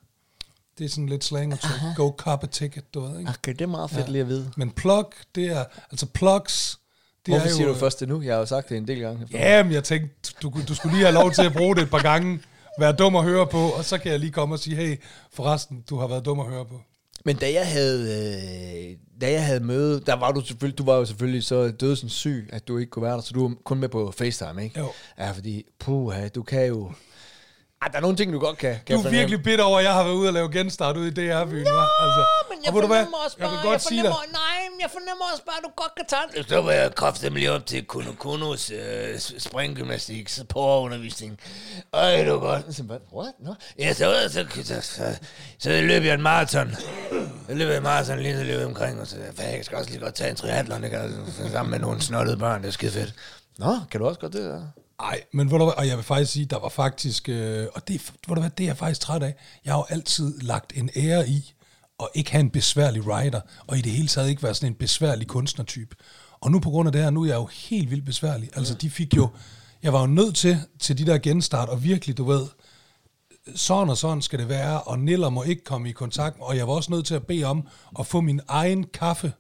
Det er sådan lidt slang og Go cop a ticket, du ved, ikke?
Okay, det er meget fedt ja. lige at vide.
Men plug, det er, altså plugs, det
Hvorfor
er jo... øh,
siger du først det nu? Jeg har jo sagt det en del gange.
Jamen, jeg tænkte, du, du skulle lige have lov til at bruge det et par gange, være dum at høre på, og så kan jeg lige komme og sige, hey, forresten, du har været dum at høre på.
Men da jeg havde, øh, da jeg havde møde, der var du selvfølgelig, du var jo selvfølgelig så dødsens syg, at du ikke kunne være der, så du var kun med på FaceTime, ikke?
Jo.
Ja, fordi, puha, du kan jo... Ej, der er nogle ting, du godt kan. kan
Du
jeg
er
fornemme.
virkelig bitter over, at jeg har været ude og lave genstart ude i DR-byen. Nå, altså, men jeg og ved du hvad, jeg kan godt sige dig,
nej, men jeg fornemmer også bare, at du godt kan tage den.
Så var jeg kraftigt lige op til Kuno Kunos øh, springgymnastik, så påundervisning. Øj, det var godt.
Så hvad? What? No?
Ja, så, så, så, så, så løb jeg en maraton. Så løb jeg en maraton lige så løb jeg omkring, og så sagde jeg, "Fan, jeg skal også lige godt tage en triathlon, ikke? Altså, sammen med nogle snottede børn, det er skide fedt.
Nå, kan du også godt det der?
Nej, men ved du hvad, og jeg vil faktisk sige, der var faktisk, øh, og det, er- ved du hvad, det er jeg faktisk træt af. Jeg har jo altid lagt en ære i, at ikke have en besværlig writer, og i det hele taget ikke være sådan en besværlig kunstnertype. Og nu på grund af det her, nu er jeg jo helt vildt besværlig. Altså de fik jo, jeg var jo nødt til, til de der genstart, og virkelig, du ved, sådan og sådan skal det være, og Niller må ikke komme i kontakt, og jeg var også nødt til at bede om at få min egen kaffe.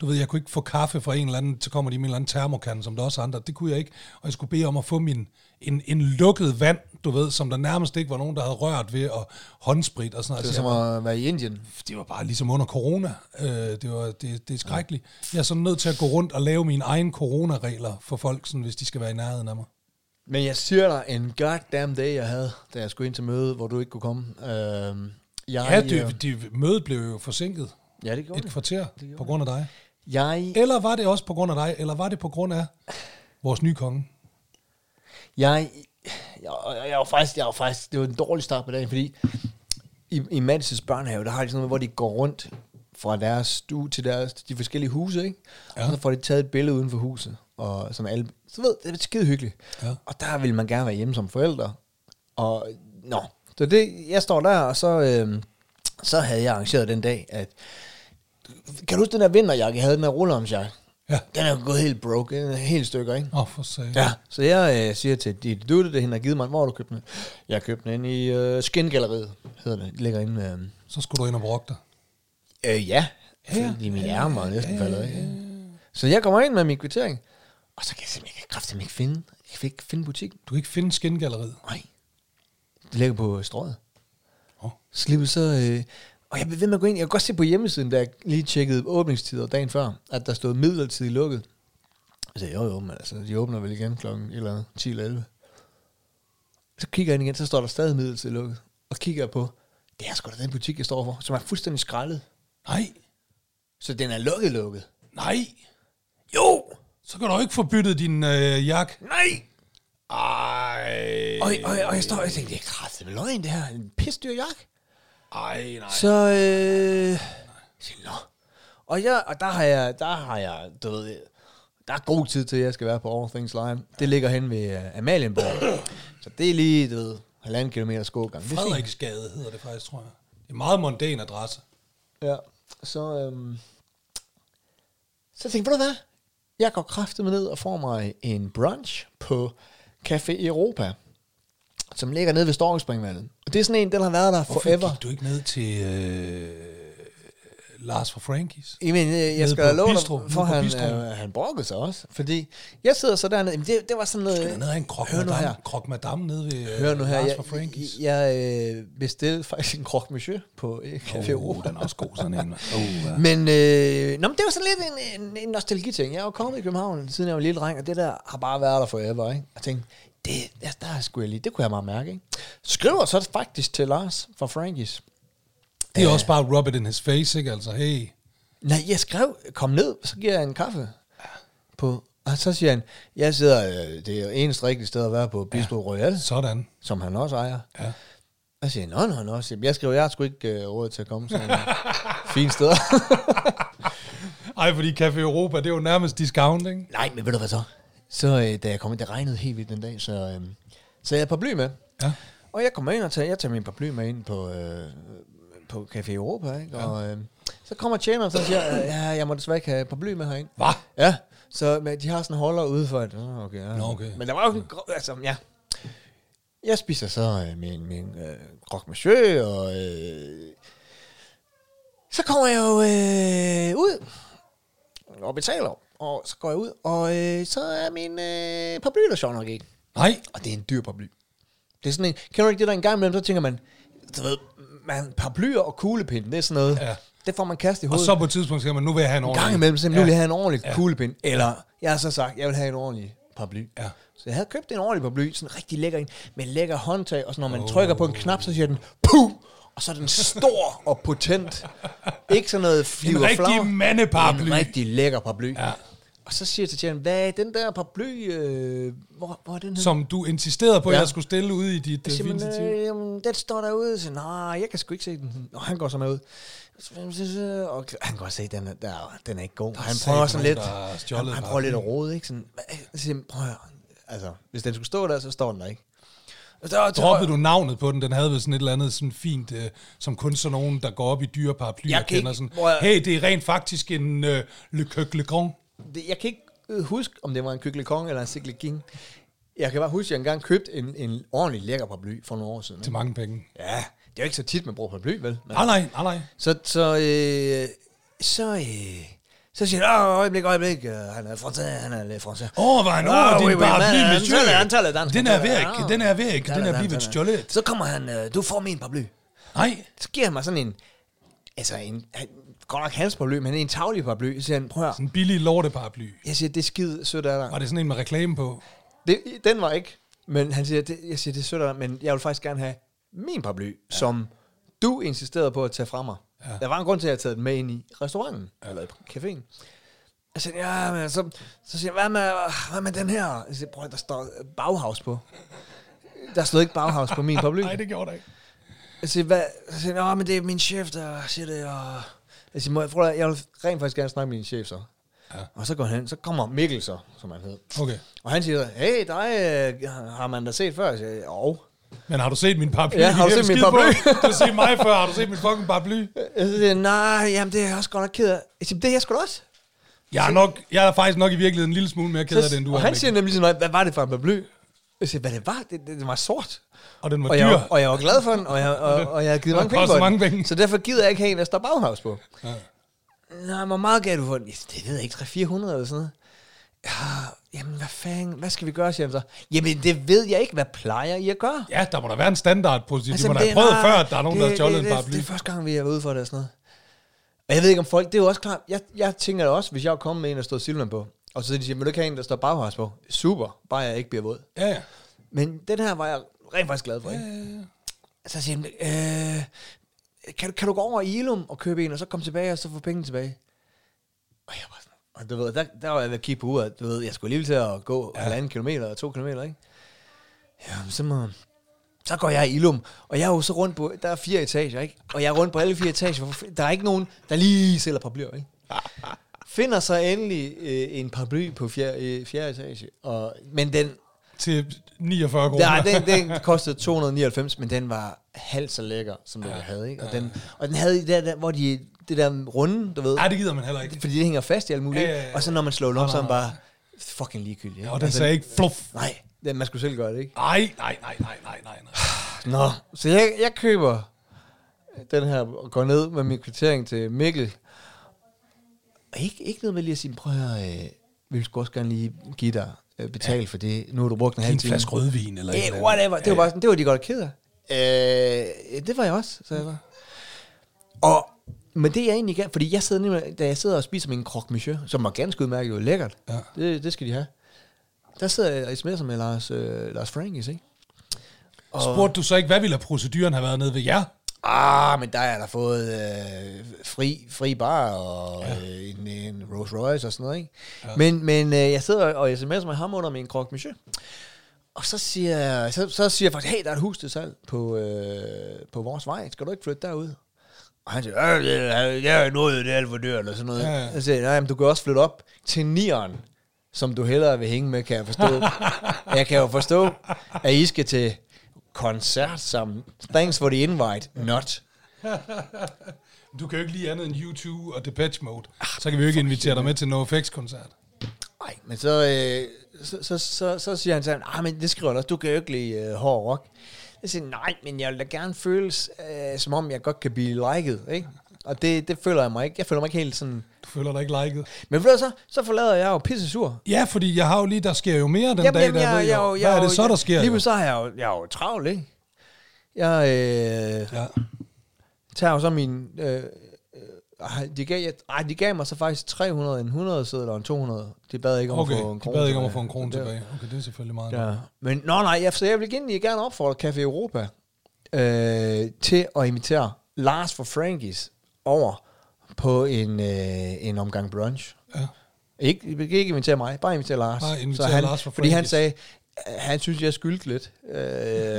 Du ved, jeg kunne ikke få kaffe fra en eller anden, så kommer de med en eller anden termokan, som der også er andre. Det kunne jeg ikke, og jeg skulle bede om at få min, en, en lukket vand, du ved, som der nærmest ikke var nogen, der havde rørt ved, og håndsprit og sådan noget.
Det er
Altså, jeg
som at være i Indien.
det var bare ligesom under corona. Øh, det, var, det, det er skrækkeligt. Jeg er sådan nødt til at gå rundt og lave mine egne coronaregler for folk, sådan, hvis de skal være i nærheden af mig.
Men jeg siger dig, en goddamn dag, jeg havde, da jeg skulle ind til møde, hvor du ikke kunne komme. Øhm, jeg,
Ja,
øh,
det, det, mødet blev jo forsinket
ja, det gjorde
et
det.
kvarter på grund af dig.
Jeg
Eller var det også på grund af dig, eller var det på grund af Vores nye konge.
Jeg, jeg, jeg, var faktisk, jeg var faktisk, det var en dårlig start på dagen, fordi i, i Manses børnehave, der har de sådan noget, hvor de går rundt fra deres stue til deres, de forskellige huse, ikke? Ja. Og så får de taget et billede uden for huset, og som alle, så ved, det er skide hyggeligt.
Ja.
Og der vil man gerne være hjemme som forældre. Og, nå, så det, jeg står der, og så, øh, så havde jeg arrangeret den dag, at, kan du huske den der vinterjakke, jeg havde, den her rulleromsjakke?
Ja.
Den er jo gået helt broke, den er helt stykker, ikke?
Åh, oh, for sag.
Ja, så jeg øh, siger til dit dutte, det hende har givet mig, hvor har du købt den? Jeg købte den inde i øh, Skingalleriet, hedder det. Det ligger inde øh,
Så skulle du ind og brokke dig.
øh, ja, fordi mine ærmer er næsten faldet af. ja. Så jeg kommer ind med min kvittering, og så kan jeg simpelthen jeg kan kraftedeme ikke finde, jeg kan ikke finde butikken.
Du kan ikke finde skingalleriet.
Nej, det ligger på strøget.
Åh.
Slippet så, øh, og jeg blev ved med at gå ind, jeg kunne godt se på hjemmesiden, da jeg lige tjekkede åbningstider dagen før, at der stod midlertidigt lukket. Jeg sagde, jo jo, men altså, de åbner vel igen klokken et eller andet, 10 eller 11. Så kigger jeg ind igen, så står der stadig midlertidigt lukket. Og kigger jeg på, det er sgu da den butik, jeg står for, som er fuldstændig skrællet.
Nej,
Så den er lukket lukket.
nej.
Jo!
Så kan du ikke få byttet din øh, jakke.
Nej!
Ej,
Og, og, og jeg står og jeg tænker, det er kraftigt med løgn, det her. En pisdyr jakke.
ej, nej.
Så, øh... siger, Nå. Og, jeg, og der har jeg, der har jeg, du ved, der er god tid til, at jeg skal være på All Things Live. Det ligger hen ved uh, Amalienborg. Så det er lige, du ved, halvanden kilometer skogang. Det er fint.
Frederiksgade hedder det faktisk, tror jeg. Det er en meget mondæn adresse.
Ja, så, øhm, så tænkte jeg, ved du hvad? Jeg går kraftigt ned og får mig en brunch på Café Europa, som ligger nede ved Storkespringvandet. Og det er sådan en, den har været der forever.
Gik du ikke ned til øh, Lars fra Frankies?
Jamen, øh, jeg
Nede
skal
på
da love dig,
Bistro, nede
for
på
han,
Bistro.
øh, han brokkede sig også. Fordi jeg sidder så dernede, jamen det, det var sådan noget...
Nede af en krok
hør nu her,
madame, krok madame nede ved øh,
hør nu her,
Lars
jeg,
fra Frankies.
jeg, jeg øh, bestilte faktisk en croque monsieur på øh, Café
oh,
Europa.
den er også god, sådan en. Oh, ja.
Men, øh, nå, men det var sådan lidt en, en, en nostalgiting. Jeg er jo kommet i København, siden jeg var en lille dreng, og det der har bare været der forever, ikke? Og tænkte, det, der, der skulle jeg lige, det kunne jeg meget mærke, ikke? Skriver så faktisk til Lars fra Frankies.
Det er også bare rub it in his face, ikke? Altså, hey.
Nej, jeg skrev, kom ned, så giver jeg en kaffe. På, og så siger han, jeg sidder, øh, det er eneste rigtige sted at være på Bistro Royal,
Sådan.
som han også ejer.
Ja.
Og siger, nå, nå, nå, siger, jeg. jeg skriver, jeg har sgu ikke øh, råd til at komme sådan nogle fine steder.
Ej, fordi Café Europa, det er jo nærmest discount, ikke?
Nej, men ved du hvad så? Så øh, da jeg kom ind, det regnede helt vildt den dag, så, øh, så jeg havde paraply med.
Ja.
Og jeg kommer ind og tager, jeg tager min paraply med ind på, øh, på Café Europa, ikke? Og øh, så kommer tjeneren, så siger jeg, ja, jeg må desværre ikke have paraply med herind.
Hva?
Ja, så men de har sådan en holder ude for, at, "Nå, okay, ja.
Nå, okay.
Men der var jo ikke, en gro- altså, ja. Jeg spiser så øh, min, min øh, croque monsieur, og øh, så kommer jeg jo øh, ud og betaler, og så går jeg ud, og øh, så er min øh, paraply der sjov nok ikke.
Nej.
Og det er en dyr paraply. Det er sådan en, kender du ikke det der en gang imellem, så tænker man, du ved, man, paraplyer og kuglepinde, det er sådan noget,
Ja.
det får man kastet i
Og
hovedet.
så på et tidspunkt siger man, nu vil jeg have en
En gang
ordentlig.
imellem, så nu vil
Ja.
jeg have en ordentlig ja. kuglepind. Eller, jeg har så sagt, jeg vil have en ordentlig paraply.
Ja.
Så jeg havde købt en ordentlig paraply, sådan en rigtig lækker en, med lækker håndtag, og så når man oh. trykker på en knap, så siger den, puh! Og så er den stor og potent. Ikke sådan noget flyver
rigtig mandeparaply.
En rigtig lækker paraply.
Ja.
Og så siger jeg til Jan, hvad er den der paraply, øh, hvor, hvor er den her?
Som du insisterede på, at
Ja.
jeg skulle stille ud i dit
Jeg
øh,
siger, men,
initiativ.
øh, jamen, den står derude. Så, nej, jeg kan sgu ikke se den. Og han går så med ud. Og han kan godt se, den er, der, er- den er ikke god. Han prøver
satme
også sådan
nogen,
lidt,
der har
han,
stjålet
han prøver
paraply.
lidt at rode, ikke? Sådan, "Hvad?" jeg siger, prøv at, høre. altså, hvis den skulle stå der, så står den der ikke. Og så,
Droppede du navnet på den? Den havde vel sådan et eller andet sådan fint, øh, som kun sådan nogen, der går op i dyre paraplyer,
Jeg kan
kender
ikke-
sådan.
Prøv at-
Hey, det er rent faktisk en øh, Le Coq Le Grand.
det, jeg kan ikke øh, huske, om det var en Kygle Kong eller en Sikle King. Jeg kan bare huske, at jeg engang købte en, en ordentlig lækker paraply for nogle år siden.
Til
Ikke?
mange penge.
Ja, det er jo ikke så tit, man bruger paraply, vel? Men-
Nej, nej, nej, nej.
Så, så, øh, så, øh, så siger han, "Åh, øjeblik, øjeblik, øh, han er fransæ, han er lidt fransæ.
Overvej nu,
Ah,
din
oui, oui,
paraply,
men, øh,
monsieur.
antallet- antallet er dansk,
Den er
antallet
væk,
er dansk.
den er væk, den er blevet stjålet.
Så kommer han, øh, du får min paraply.
Nej,
Så giver han mig sådan en, altså en, han, godt nok hans paraply, men en taglig paraply. Så siger han, prøv at høre."
en billig lorteparaply.
Jeg siger, det er skide sødt af
Var
dig.
det sådan en med reklame på?
Det, den var ikke. Men han siger, det, jeg siger, det er sødt af dig, men jeg vil faktisk gerne have min paraply, ja. som du insisterede på at tage fra mig. Ja. Der var en grund til, at jeg havde taget den med ind i restauranten, ja. eller i caféen. Jeg siger, ja, men så, så siger jeg, hvad med, hvad med den her? Jeg siger, prøv, der står Bauhaus på. Der stod ikke Bauhaus på min publik.
Nej, det gjorde der ikke.
Jeg siger, hvad? Så siger han, "Nå, men det er min chef, der siger det, og... Jeg siger, må jeg, prøv, at- jeg vil rent faktisk gerne snakke med din chef så. Ja. Og så går han, så kommer Mikkel så, som han hed.
Okay.
Og han siger, hey, dig øh, har man da set før? Jeg siger, jo.
Men har du set min paraply?
Ja, har du
Jeg er
set min
skide på.
paraply?
du har set mig før. Har du set min fucking paraply?
Jeg siger, nej, jamen det er jeg også godt nok ked af. Jeg siger, det er jeg sgu da også.
Jeg er, nok, jeg er faktisk nok i virkeligheden en lille smule mere ked af det, end du
og
er.
han
Mikkel.
siger nemlig til mig, hvad var det for en paraply? Jeg siger, hvad det var? Det, det, det var sort.
og den var
Og
dyr.
jeg, og jeg var glad for den, og jeg, og, og jeg havde givet
Og det
mange penge, for
koster
den.
mange penge.
Så derfor gider jeg ikke have en, der står Bauhaus på. Ja. Nej, hvor meget gav du for den? "Ja, Det ved jeg ikke, 300-400 eller sådan noget. Ja, jamen hvad fanden, hvad skal vi gøre, siger han så. Jamen det ved jeg ikke, hvad plejer I at gøre?
Ja, der må da være en standard på det. Altså, de må da
det
have prøvet
nej,
før, at der er nogen,
det-
der har stjålet
det-
en
det-
paraply.
Det er første gang, vi er ude for det og sådan noget. Og jeg ved ikke om folk, det er jo også klart, jeg, jeg tænker da også, hvis jeg kom med en, der står Silvan på, og så siger de, siger, vil du ikke have en, der står Bauhaus på? Super, bare jeg ikke bliver våd.
Ja, ja.
Men den her var jeg rent faktisk glad for, ikke? Så siger han, øh, kan, du- kan du gå over i Ilum og købe en, og så komme tilbage, og så få pengene tilbage? Og jeg var sådan, og du ved, der, der var jeg ved at kigge på uret, du ved, jeg skulle alligevel til at gå ja. halvanden kilometer og to kilometer, ikke? Jamen, så må, så går jeg i Ilum, og jeg er jo så rundt på, der er fire etager, ikke? Og jeg er rundt på alle fire etager, hvor f- der er ikke nogen, der lige sælger papir, ikke? Finder så endelig øh, en paraply på fjerde, øh, fjerde etage, og, men den,
Til 49 kroner.
Nej, den, den kostede 299, men den var halvt så lækker, som den ja, havde. Ikke? Og, den, og den havde det der, der, hvor de, det der runde, du ved,
Ej, det gider man heller ikke.
fordi det hænger fast i alt muligt.
Ja, ja,
ikke?
ja.
Og så når man slår den
Nej,
om,
nej,
så er den
nej.
bare fucking ligegyldig. Ikke? Altså,
Og den sagde ikke fluff.
Nej, den, man skulle selv gøre det, ikke?
Nej, nej, nej, nej, nej, nej. nej.
Nå, så jeg, jeg køber den her og går ned med min kvittering til Mikkel. Og Ikke, ikke noget med lige at sige, prøv at høre, øh, vi vil sgu også gerne lige give dig øh, betale for det. Nu har du brugt en halv
En
time.
flaske rødvin eller et
Yeah,
eller andet.
whatever. Det var, bare sådan, det var de godt ked af. Øh, ja, det var jeg også, så jeg var. Og, men det er jeg egentlig gerne, fordi jeg sidder nemlig, da jeg sidder og spiser min croque monsieur, som var ganske udmærket og lækkert,
Ja.
det, det skal de have. Der sidder jeg og sms'er med Lars, øh, Lars Frankis, ikke?
Spurgte du så ikke, hvad ville proceduren have været nede ved jer?
Ah, men der har jeg da fået øh, fri, fri bar og ja. øh, en, en Rolls Royce og sådan noget, ikke? Ja. Men, men øh, jeg sidder og sms'er med ham under min croque monsieur. Og så siger, jeg, så, så siger jeg faktisk, hey, der er et hus til salg på, øh, på vores vej. Skal du ikke flytte derud? Og han siger, "Øh, det er- jeg er nået, det er alt for dyrt, og sådan noget.
Ja,
Ja,
ja.
ja. Jeg siger, nej, men du kan også flytte op til nieren, som du hellere vil hænge med, kan jeg forstå. jeg kan jo forstå, at I skal til koncert sammen. Thanks for the invite, not.
Du kan jo ikke lide andet end U2 og Depeche Mode.
Ah,
Så kan vi jo ikke invitere dig med til NoFX-koncert.
Nej, men så, øh, så, så, så, så siger han til ham, nej, men det skriver han også, du kan jo ikke lide øh, hård rock. Jeg siger, nej, men jeg vil da gerne føles, øh, som om jeg godt kan blive liket, ikke? Og det, det føler jeg mig ikke. Jeg føler mig ikke helt sådan...
Du føler dig ikke liket.
Men ved du så, så forlader jeg jo pisse sur.
Ja, fordi jeg har jo lige, der sker jo mere den dag, der
jeg,
ved
jeg,
jeg jo.
jo-
Hvad er det
jo-
så, der sker?
Lige
jo?
pludselig så har jeg jo, jeg er jo travlt, ikke? Jeg øh,
Ja.
tager jo så min... Øh, øh, ej, de gav, jeg, ej, de gav mig så faktisk 300, en 100 sædler og en 200. De bad ikke om
Okay,
at få en
de
krone
bad ikke om at få en
Så
krone
det-
tilbage. Okay, det er selvfølgelig meget. Ja.
Ja. Men nå nej, jeg, så jeg vil egentlig gerne opfordre Café Europa øh, til at invitere Lars fra Frankies over på en, øh, en omgang brunch.
Ja.
Ikke, I kan ikke invitere mig, bare invitere Lars.
Bare invitere
han,
Lars fra
Fordi han
Frankes.
sagde, øh, han synes, jeg skyldte lidt. Øh,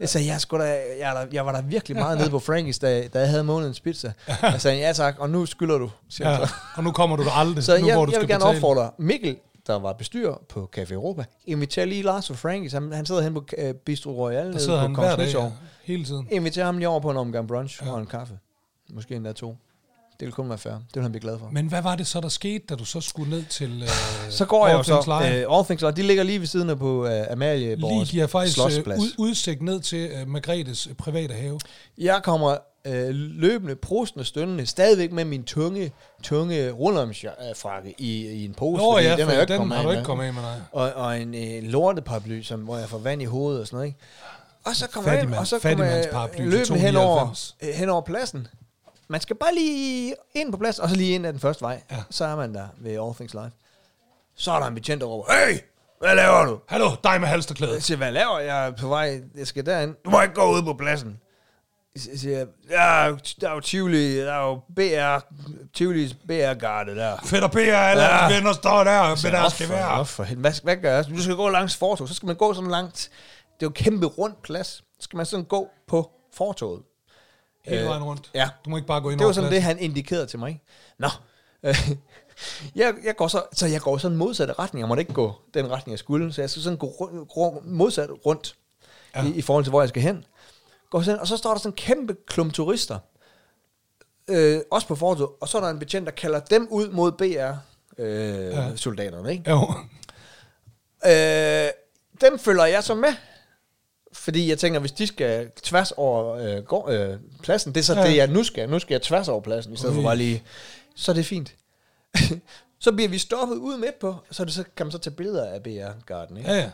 jeg sagde, jeg, skulle da, jeg, er da- jeg var da virkelig meget nede på Frankies, da, da jeg havde månedens pizza. Jeg sagde, ja tak, og nu skylder du. Siger han
ja.
så.
Og nu kommer du der aldrig,
Så
nu
jeg,
hvor du
jeg vil
skal
gerne
betale.
opfordre Mikkel, der var bestyrer på Café Europa, inviterer lige Lars og Frankis, han, han sidder hen på øh, Bistro Royal
Der
nede
sidder
på
han
Kongens
hver dag,
Nytorv.
ja. hele tiden.
Inviterer ham lige over på en omgang brunch ja. og en kaffe. Måske endda to. Det vil kun være fair. Det vil han blive glad for.
Men hvad var det så, der skete, da du så skulle ned til... Øh,
Så går jeg jo så.
Orphans Lejr?
Uh, All Things Live, de ligger lige ved siden af på uh, Amalie
øh, Lige giver faktisk øh,
Slotsplads.
ud, udsigt ned til øh, Margrethes øh, private have.
Jeg kommer øh, løbende, prostende, stønnende, stadigvæk med min tunge, tunge rullermsfrakke i, i en pose.
Nå
fordi
ja, den,
jeg jo ikke
den
kommet
har
af
du
med.
ikke kommet af med, nej.
og, og en øh, lorteparaply, som, hvor jeg får vand i hodet og sådan noget, ikke? Og så kommer jeg ind,
Fattigmand-
og så kommer jeg
fattigmandsparaply
øh,
til
løbende hen over,
299.
øh, hen over pladsen. Man skal bare lige ind på pladsen, og så lige ind ad den første vej.
Ja.
Ja. Så er man der ved All Things Live. Så er der en betjent, der råber, Hey, hvad laver du?
Hallo, dig med halsterklæde.
Jeg siger, hvad laver jeg Jeg er på vej? Jeg skal derind. Du må ikke gå ud på pladsen. Så siger jeg, ja, der er jo Tivoli, der er jo BR, Tivolis BR-garde der.
Fedt og Per, alle
Ja.
ja. venner står der med deres
Hvorfor?
gevær.
Hvorfor? Hvad, hvad gør jeg? Du skal gå langs fortog, så skal man gå sådan langt. Det er jo en kæmpe rund plads. Så skal man sådan gå på fortoget.
Hele vejen rundt.
Øh, ja.
Du må ikke bare gå ind
Det var
over
sådan det,
pladsen.
han indikerede til mig. ikke? Nå. Øh, Jeg, jeg går så, så jeg går sådan modsatte retning. Jeg måtte ikke gå den retning, jeg skulle. Så jeg skal sådan gå rundt, rundt- modsat rundt ja. i, i forhold til, hvor jeg skal hen. Går sådan, og så står der sådan en kæmpe klump turister. Øh, også på fortovet. Og så er der en betjent, der kalder dem ud mod BR-soldaterne. ikke?
Jo.
Øh, dem følger jeg så med. Fordi jeg tænker, hvis de skal tværs over øh, går, øh, pladsen, det er så ja.
Ja.
det, jeg nu skal. Nu skal jeg tværs over pladsen, i stedet for
Ui.
bare lige... Så er det fint. så bliver vi stoppet ude midt på, så, er det, så kan man så tage billeder af BR Garden. Ikke?
Ja, ja.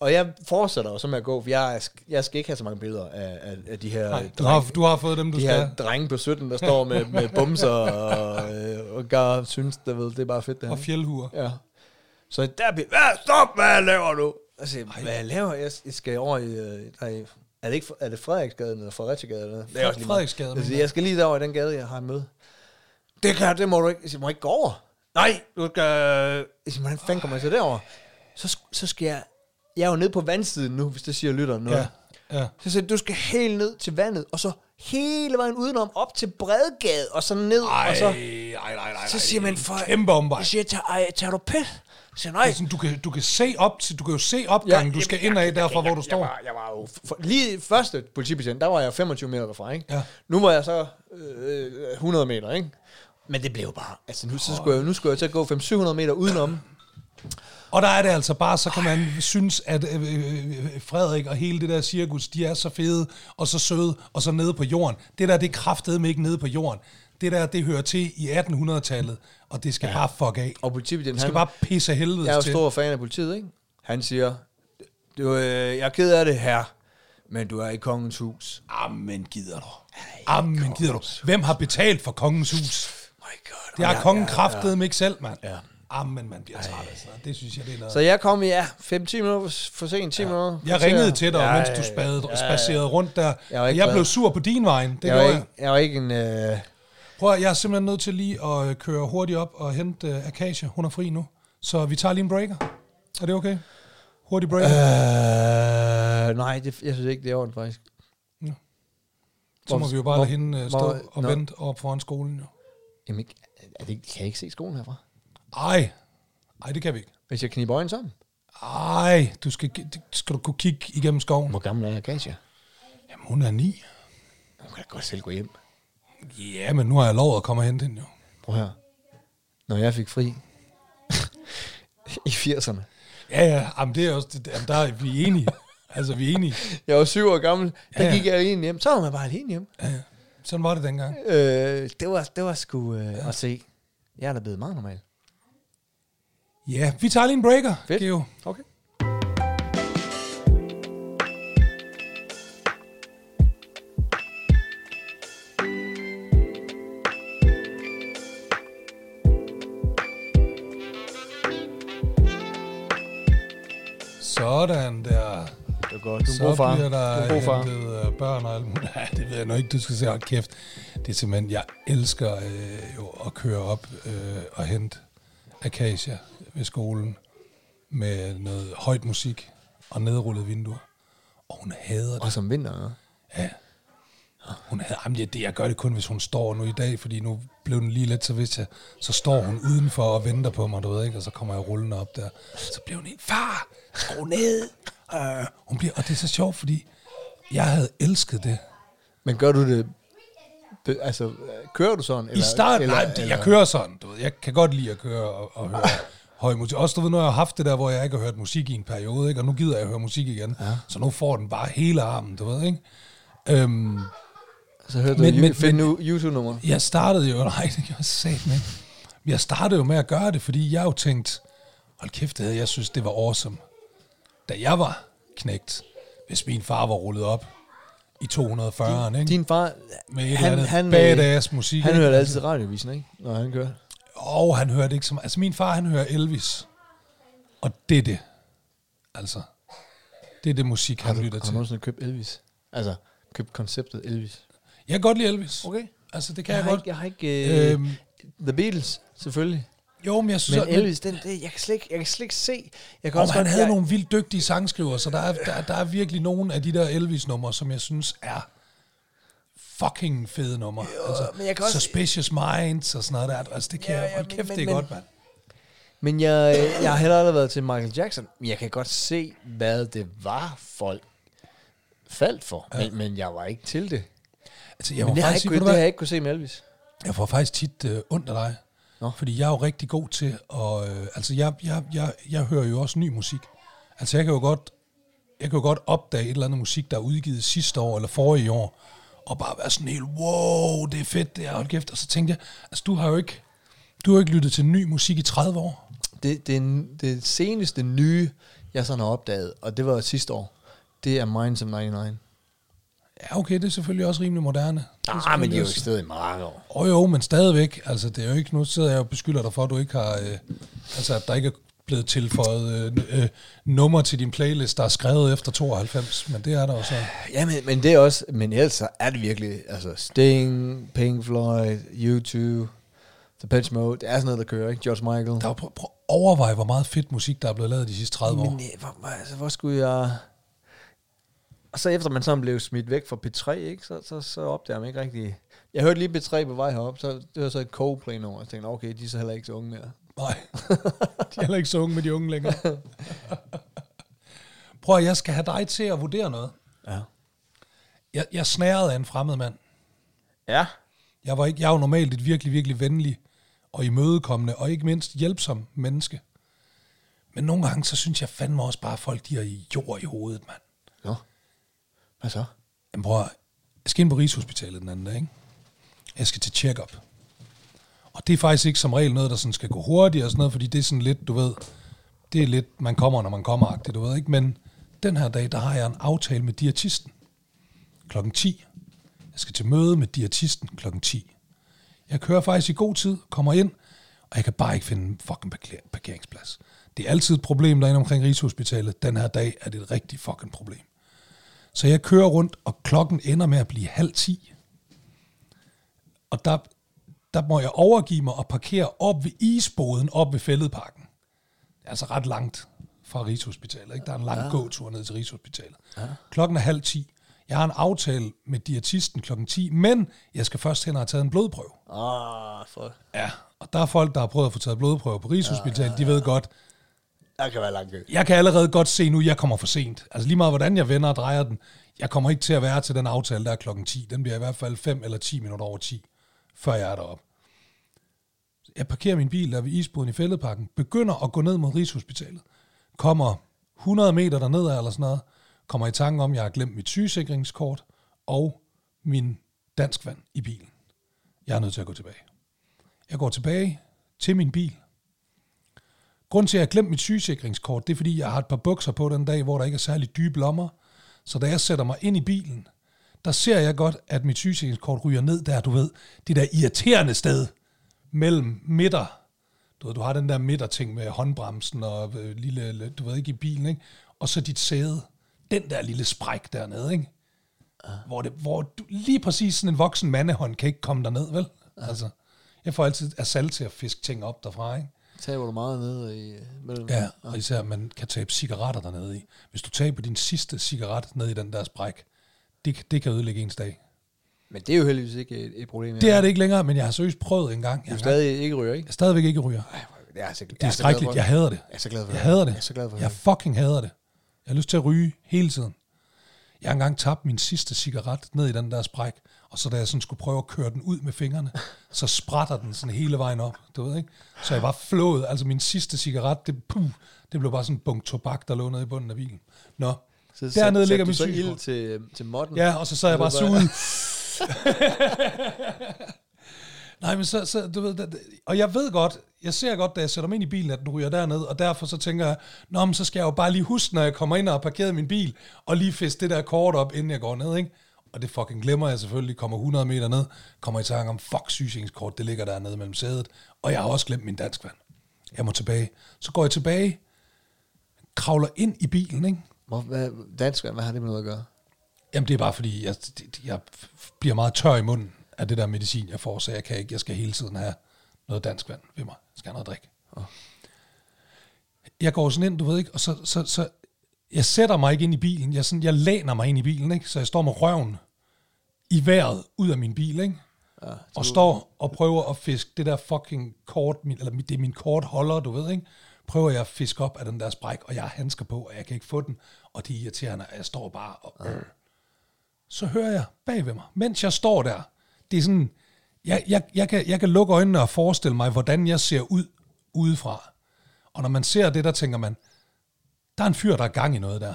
Og jeg fortsætter jo så med at gå, for jeg, sk- jeg skal ikke have så mange billeder af, af, af de her...
Nej, du,
drenge-
har, du har fået dem, du
de
skal.
her drenge på 17, der står med, med bumser og, øh, og gør, synes, der ved, det er bare fedt det her.
Og fjeldhuer.
Ja. Så der bliver, hvad, stop, hvad laver du? Og siger, jeg, hvad laver jeg? Jeg skal over i, øh, nej, er det, ikke, er det Frederiksgaden eller Frederiksgade? Eller? noget? Det er også lige meget.
Frederiksgade,
Jeg, siger,
mener
jeg skal lige derover i den gade, jeg har en møde. Det kan jeg- det må du ikke. Jeg siger, må jeg ikke gå over? Nej, du skal... Jeg siger, hvordan fanden kommer jeg så derover? Så, sk- så skal jeg... Jeg er jo nede på vandsiden nu, hvis det siger lytteren noget.
Ja, ja.
Så siger jeg, du skal helt ned til vandet, og så hele vejen udenom, op til Bredgade, og så ned,
Ej,
og så...
ej, ej, ej,
Så siger man, for-
Kæmpe omvej.
Jeg siger, tager, ej, tager du pis? Jeg siger,
Det
nej,
er sådan, Du kan, du kan se op til, du kan jo se opgangen, du skal ind af derfra, hvor du står.
Jeg var, jeg var jo for, lige første politibetjent, der var jeg 25 meter derfra, ikke?
Ja.
Nu var jeg så øh, øh, 100 meter, ikke? Men det blev jo bare... Altså, nu, så skulle jeg, nu skulle jeg til at gå 500-700 meter udenom.
Og der er det altså bare, så kan man synes, at øh, øh, øh, Frederik og hele det der cirkus, de er så fede og så søde og så nede på jorden. Det der, det er kraftedeme ikke nede på jorden. Det der, det hører til i 1800-tallet, og det skal ja. bare fuck af.
Og politibetjenten,
Det skal bare
han...
pisse af helvede
jeg er jo
til.
stor fan af politiet, ikke? Han siger, du, øh, jeg er ked af det her, men du er i kongens hus.
Amen, gider du. Amen, gider du. Hvem har betalt for kongens hus?
My God.
Det har kongen kraftedeme ikke selv, mand. Amen, man bliver træt af sådan noget. Det synes jeg, det er noget.
Så jeg kom, ja, 5-10 minutter for sent, 10 minutter.
Jeg
kvarter.
ringede til dig,
Ja,
mens du spade, spacerede rundt der.
Jeg
Jeg,
var ikke
jeg
glad.
blev sur på din vej. Det
Jeg var,
gjorde jeg.
ikke, jeg var ikke en... Øh,
Prøv at, jeg er simpelthen nødt til lige at øh, køre hurtigt op og hente uh, Akasia. Hun er fri nu. Så vi tager lige en breaker. Er det okay? Hurtig breaker. Øh,
Øh, nej, det, jeg synes ikke, det er ordentligt, faktisk.
så må
hvor-
vi jo bare
hvor-
lade hende uh, stå
hvor-
og
nå.
vente op foran skolen. Jo.
Jamen, ikke- er det, kan jeg ikke se skolen herfra?
Ej. Ej, det kan vi ikke.
Hvis jeg kniber øjnene sammen?
Ej, du skal, det skal du kunne kigge igennem skoven.
Hvor gammel er Akasia?
Jamen, hun er ni.
Hun kan da godt selv gå hjem.
Ja, men nu har jeg lov at komme og hente hende jo.
Prøv her. Når jeg fik fri i 80'erne.
Ja, ja, jamen, det er også, det, jamen, der er vi er enige. altså, vi er enige.
Jeg var syv år gammel. Der
Ja, ja.
gik jeg alene hjem. Så var man bare alene hjem.
Sådan var det dengang.
Øh, det, var, det var sgu øh, at se. Jeg er da blevet meget normal.
Ja, vi tager lige en breaker,
Fedt.
Geo.
Okay.
Sådan der.
Det var godt. Du er en
Så
god far.
bliver
Du er
der
en god far.
hentet øh, børn og alt muligt. Nej, det ved jeg nu ikke, du skal se. Hold kæft. Det er simpelthen, jeg elsker øh, jo at køre op øh, og hente akacia ved skolen med noget højt musik og nedrullede vinduer. Og hun hader det.
Og som vinter, ja.
Hun havde, jamen, jeg, det, jeg gør det kun, hvis hun står nu i dag, fordi nu blev den lige lidt, så hvis jeg, så står hun udenfor og venter på mig, du ved ikke, og så kommer jeg rullende op der. Så bliver hun en, far, skru ned. Uh, hun bliver, og det er så sjovt, fordi jeg havde elsket det.
Men gør du det... be- Altså, øh, kører du sådan?
I starten, eller, nej, eller, jeg kører sådan, du ved, jeg kan godt lide at køre og, og høre høj musik. Også du ved, når jeg har haft det der, hvor jeg ikke har hørt musik i en periode, ikke? og nu gider jeg at høre musik igen, ja. så nu får den bare hele armen, du ved, ikke? Øhm,
Så hører du
Men-
men, men,
men-
find
men-
nu YouTube-nummer.
Jeg startede jo, nej, det gjorde jeg sat med. Jeg startede jo med at gøre det, fordi jeg jo tænkte, hold kæft, det havde jeg synes, det var awesome. Da jeg var knægt, hvis min far var rullet op i 240'eren, ikke?
Din far,
med et eller
han,
andet
han, øh,
badass musik.
han
ikke?
hørte altid radiovisen, ikke? Når han kører.
Og han hørte ikke så meget. Altså, min far, han hører Elvis. Og det er det. Altså, det er det musik, han lytter
Har du
til.
nogensinde købt Elvis? Altså, købt konceptet Elvis.
Jeg kan godt lide Elvis.
Okay.
Altså, det kan
Jeg,
jeg,
har
godt.
ikke, jeg har ikke... Øh,
Øhm.
The Beatles, selvfølgelig.
Jo, men jeg synes...
Men
at-
Elvis, den, det, jeg, kan slet ikke, jeg kan slet ikke se... Jeg kan
Og han
godt-
havde
jeg,
nogle vildt dygtige sangskrivere, så der er, der, der er virkelig nogle af de der Elvis-numre, som jeg synes er fucking fede numre. Jo, altså,
men jeg kan også-
Suspicious Minds og sådan noget der. Altså, det kan
Ja,
jeg...
ja,
Hold
men-
kæft,
men-
det er
men-
godt, mand.
Men jeg, jeg har heller aldrig været til Michael Jackson. Men Jeg kan godt se, hvad det var, folk faldt for. Ja. Men, men jeg var ikke til det.
Altså, jeg,
Men
var
det har, jeg
faktisk,
ikke,
ikke, ved
kunne, det
du
har
hvad,
jeg ikke kunne se med Elvis.
jeg får faktisk tit øh, ondt af dig.
Nå.
Fordi jeg er jo rigtig god til at... Øh, altså, jeg, jeg, jeg, jeg hører jo også ny musik. Altså, jeg kan jo godt jeg kan jo godt opdage et eller andet musik, der er udgivet sidste år eller forrige år, og bare være sådan helt, wow, det er fedt, det er hold kæft. Og så tænkte jeg, altså du har jo ikke, du har jo ikke lyttet til ny musik i 30 år.
Det, det, er n- det seneste nye, jeg sådan har opdaget, og det var sidste år, det er Minds of 99.
Ja, okay, det er selvfølgelig også rimelig moderne. Det er
Ah, men de er jo
selvfølgelig
stedet i mange år.
også- Åh jo, men stadigvæk, altså det er jo ikke, nu sidder jeg og beskylder dig for, at du ikke har, øh, altså at der ikke er blevet tilføjet øh, n- øh, nummer til din playlist, der er skrevet efter 92, men det er der jo så.
Ja, men, men det er også, men ellers så er det virkelig, altså Sting, Pink Floyd, U2, The Pitch Mode, det er sådan noget, der kører, ikke? George Michael.
Der er, prøv, prøv, at overveje, hvor meget fedt musik, der er blevet lavet de sidste 30 år.
Men øh, hvor, hvor, altså, hvor skulle jeg... Og så efter man sådan blev smidt væk fra P3, ikke, så, så, så opdager man ikke rigtig... Jeg hørte lige P3 på vej herop, så det var så et Coldplay nummer. Jeg tænkte, okay, de er så heller ikke så unge mere.
Nej, de er heller ikke så unge med de unge længere. Prøv at jeg skal have dig til at vurdere noget.
Ja.
Jeg, jeg snærede af en fremmed mand.
Ja.
Jeg, var ikke, jeg er jo normalt et virkelig, virkelig venlig og imødekommende, og ikke mindst hjælpsom menneske. Men nogle gange, så synes jeg fandme også bare, at folk de har jord i hovedet, mand.
Nå. Hvad så?
Jamen prøv at- jeg skal ind på Rigshospitalet den anden dag, ikke? Jeg skal til check-up. Og det er faktisk ikke som regel noget, der sådan skal gå hurtigt og sådan noget, fordi det er sådan lidt, du ved, det er lidt, man kommer, når man kommer, agtigt, du ved ikke? Men den her dag, der har jeg en aftale med diætisten klokken 10. Jeg skal til møde med diætisten klokken 10. Jeg kører faktisk i god tid, kommer ind, og jeg kan bare ikke finde en fucking parker- parkeringsplads. Det er altid et problem derinde omkring Rigshospitalet. Den her dag er det et rigtig fucking problem. Så jeg kører rundt, og klokken ender med at blive halv ti. Og der, der må jeg overgive mig og parkere op ved isboden, op ved fældeparken. Det er altså ret langt fra Rigshospitalet. Ikke? Der er en lang ja. gåtur ned til Rigshospitalet. Ja. Klokken er halv ti. Jeg har en aftale med diætisten klokken 10, men jeg skal først hen og have taget en blodprøve.
Ah, for...
Ja. Og der er folk, der har prøvet at få taget blodprøver på Rigshospitalet, ja, ja, ja. de ved godt,
Der kan være lang kø.
jeg kan allerede godt se nu, jeg kommer for sent. Altså lige meget, hvordan jeg vender og drejer den. Jeg kommer ikke til at være til den aftale, der er klokken 10. Den bliver i hvert fald 5 eller 10 minutter over 10, før jeg er deroppe. Jeg parkerer min bil der ved isboden i Fælledparken, begynder at gå ned mod Rigshospitalet, kommer 100 meter dernede eller sådan noget, kommer i tanke om, at jeg har glemt mit sygesikringskort og min danskvand i bilen. Jeg er nødt til at gå tilbage. Jeg går tilbage til min bil, Grunden til, at jeg har glemt mit sygesikringskort, det er, fordi jeg har et par bukser på den dag, hvor der ikke er særlig dybe lommer. Så da jeg sætter mig ind i bilen, der ser jeg godt, at mit sygesikringskort ryger ned der, du ved, det der irriterende sted mellem midter. Du ved, du har den der midterting med håndbremsen og øh, lille, du ved ikke, i bilen, ikke? Og så dit sæde. Den der lille spræk dernede, ikke? Hvor, det, hvor du, lige præcis sådan en voksen mandehånd kan ikke komme derned, vel? Altså, jeg får altid asalt til at fiske ting op derfra, ikke?
Taber du meget nede i... øh, Mellem.
Ja, og især man kan tabe cigaretter dernede i. Hvis du taber din sidste cigaret ned i den der spræk, det, kan- det kan ødelægge ens dag.
Men det er jo heldigvis ikke et, et problem.
Det er det ikke længere, men jeg har seriøst prøvet en gang. Jeg,
Du
har
er stadig ikke ryger, ikke?
jeg stadigvæk ikke ryger.
Det er, så, det
Det er skrækkeligt. Jeg hader det.
Jeg er så glad for
Jeg
det.
hader det.
Jeg er så glad for
Jeg
det.
fucking hader det. Jeg har lyst til at ryge hele tiden. Jeg har engang tabt min sidste cigaret ned i den der spræk, og så da jeg sådan skulle prøve at køre den ud med fingrene, så spratter den sådan hele vejen op, du ved ikke? Så jeg var flået, altså min sidste cigaret, det, puh, det blev bare sådan en bunk tobak, der lå nede i bunden af bilen. Nå, så, dernede ligger min
så ild
sygeskort.
til, øh, til modden.
Ja, og så sad jeg bare
Det var-
suget. Nej, men så, så, du ved, det- det- og jeg ved godt, jeg ser godt, da jeg sætter mig ind i bilen, at den ryger derned, og derfor så tænker jeg, nå, men så skal jeg jo bare lige huske, når jeg kommer ind og har parkeret min bil, og lige fiske det der kort op, inden jeg går ned, ikke? Og det fucking glemmer jeg selvfølgelig, kommer 100 meter ned, kommer i tanke om, fuck, sygesikringskort, det ligger dernede mellem sædet, og jeg har også glemt min danskvand. Jeg må tilbage. Så går jeg tilbage, kravler ind i bilen, ikke?
Hvor, hvad, danskeren, hvad har det med noget at gøre?
Jamen, det er bare fordi, jeg, det- jeg bliver meget tør i munden af det der medicin, jeg får, så jeg kan ikke, jeg skal hele tiden have noget dansk vand ved mig. Jeg skal have noget drik. Jeg går sådan ind, du ved ikke, og så, så, så jeg sætter mig ikke ind i bilen. Jeg, sådan, jeg læner mig ind i bilen, ikke? så jeg står med røven i vejret ud af min bil, ikke? Ja, og står og prøver at fiske det der fucking kort, min, eller det er min kort holder, du ved, ikke? prøver jeg at fiske op af den der spræk, og jeg har handsker på, og jeg kan ikke få den, og det er irriterende, og jeg står bare og... Øh. Så hører jeg bag ved mig, mens jeg står der, det er sådan, jeg, jeg, jeg, kan, jeg kan lukke øjnene og forestille mig, hvordan jeg ser ud udefra. Og når man ser det, der tænker man, der er en fyr, der er gang i noget der.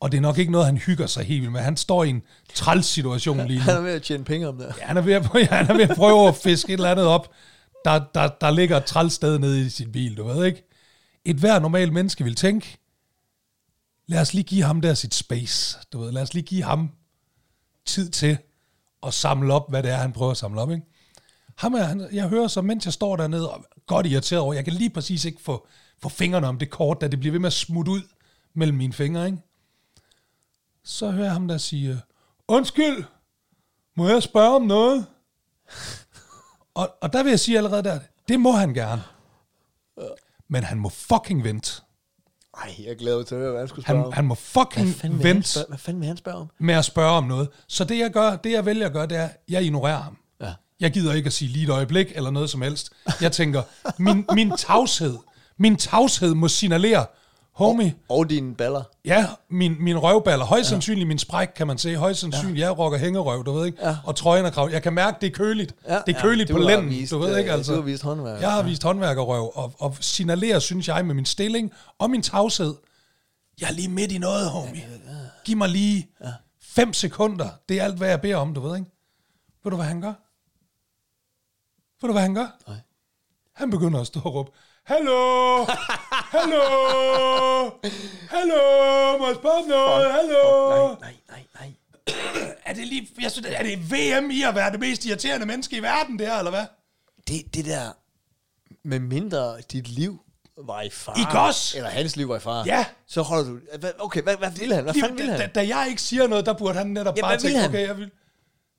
Og det er nok ikke noget, han hygger sig helt vildt med. Han står i en træls situation lige nu.
Han er ved at tjene penge om det.
Ja, han er ved at, ja, han er ved at prøve at fiske et eller andet op. Der, der, der ligger et træls sted nede i sin bil, du ved ikke? Et hver normalt menneske vil tænke, lad os lige give ham der sit space, du ved. Lad os lige give ham tid til at samle op, hvad det er, han prøver at samle op, ikke? Ham er, han, jeg hører så, mens jeg står dernede, og er godt irriteret over, jeg kan lige præcis ikke få, få fingrene om det kort, da det bliver ved med at smutte ud mellem mine fingre, ikke? Så hører jeg ham der sige, undskyld, må jeg spørge om noget? og, og der vil jeg sige allerede der, det må han gerne. Men han må fucking vente.
Ej, jeg glæder mig til at høre, hvad han skulle spørge
Han,
om.
han må fucking
vil han
vente
spørge- hvad fanden vil han spørge om?
med at spørge om noget. Så det jeg gør, det jeg vælger at gøre, det er, at jeg ignorerer ham.
Ja.
Jeg gider ikke at sige lige et øjeblik eller noget som helst. Jeg tænker, min, min tavshed, min tavshed må signalere, homie,
Og dine baller.
Ja, min, min røvballer. Højst sandsynligt min spræk, kan man se. Højst sandsynligt, ja. jeg rocker hængerøv, du ved ikke. Ja. Og trøjen er krav. Jeg kan mærke, det er køligt. Ja. Det er køligt
du
på
har
lænden,
vist,
du ved
øh,
ikke altså.
du har vist håndværker.
Jeg har vist håndværkerrøv, og, og signalerer, synes jeg, med min stilling og min tavshed. Jeg er lige midt i noget, homie. Giv mig lige ja. fem sekunder. Det er alt, hvad jeg beder om, du ved ikke. Ved du, hvad han gør? Ved du, hvad han gør? Nej. Han begynder at stå og råbe, Hallo! Hallo! Hallo! Må jeg spørge om noget? Hallo!
Nej, nej, nej.
Er det lige... Jeg synes, er det VM i at være det mest irriterende menneske i verden, det her, eller hvad?
Det, det der, med mindre dit liv var i fare.
Ikke os?
Eller hans liv var i fare.
Ja.
Så holder du... Hvad, okay, hvad, hvad ville han? Hvad fanden ville
da, da,
han?
da jeg ikke siger noget, der burde han netop
Ja,
ja, bare
hvad ville
tænke,
han?
okay, jeg vil...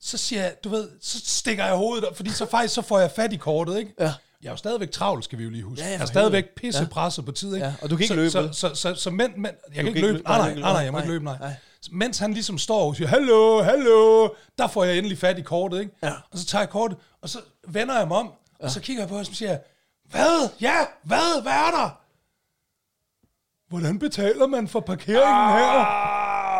Så siger jeg, du ved, så stikker jeg hovedet op, fordi så faktisk så får jeg fat i kortet, ikke?
Ja.
Jeg er jo stadigvæk travl, skal vi jo lige huske.
Ja,
Ja,
ja,
jeg er
for
stadigvæk
helvede.
pissepresset ja. på tid, ikke?
Ja, og du kan
så,
ikke løbe,
Så,
vel?
så, så, så mænd, mænd, jeg kan
kan
ikke
ikke
løbe.
løbe.
Nej,
Nej,
nej,
du kan
nej,
ikke
nej, jeg må
løbe.
ikke løbe, nej.
Nej.
Så Mens han ligesom står og siger, hallo, hallo, der får jeg endelig fat i kortet, ikke?
Ja.
Og så tager jeg kortet, og så vender jeg mig om, og så kigger jeg på ham og siger, jeg, hvad? Ja, hvad? Hvad er der? Hvordan betaler man for parkeringen her?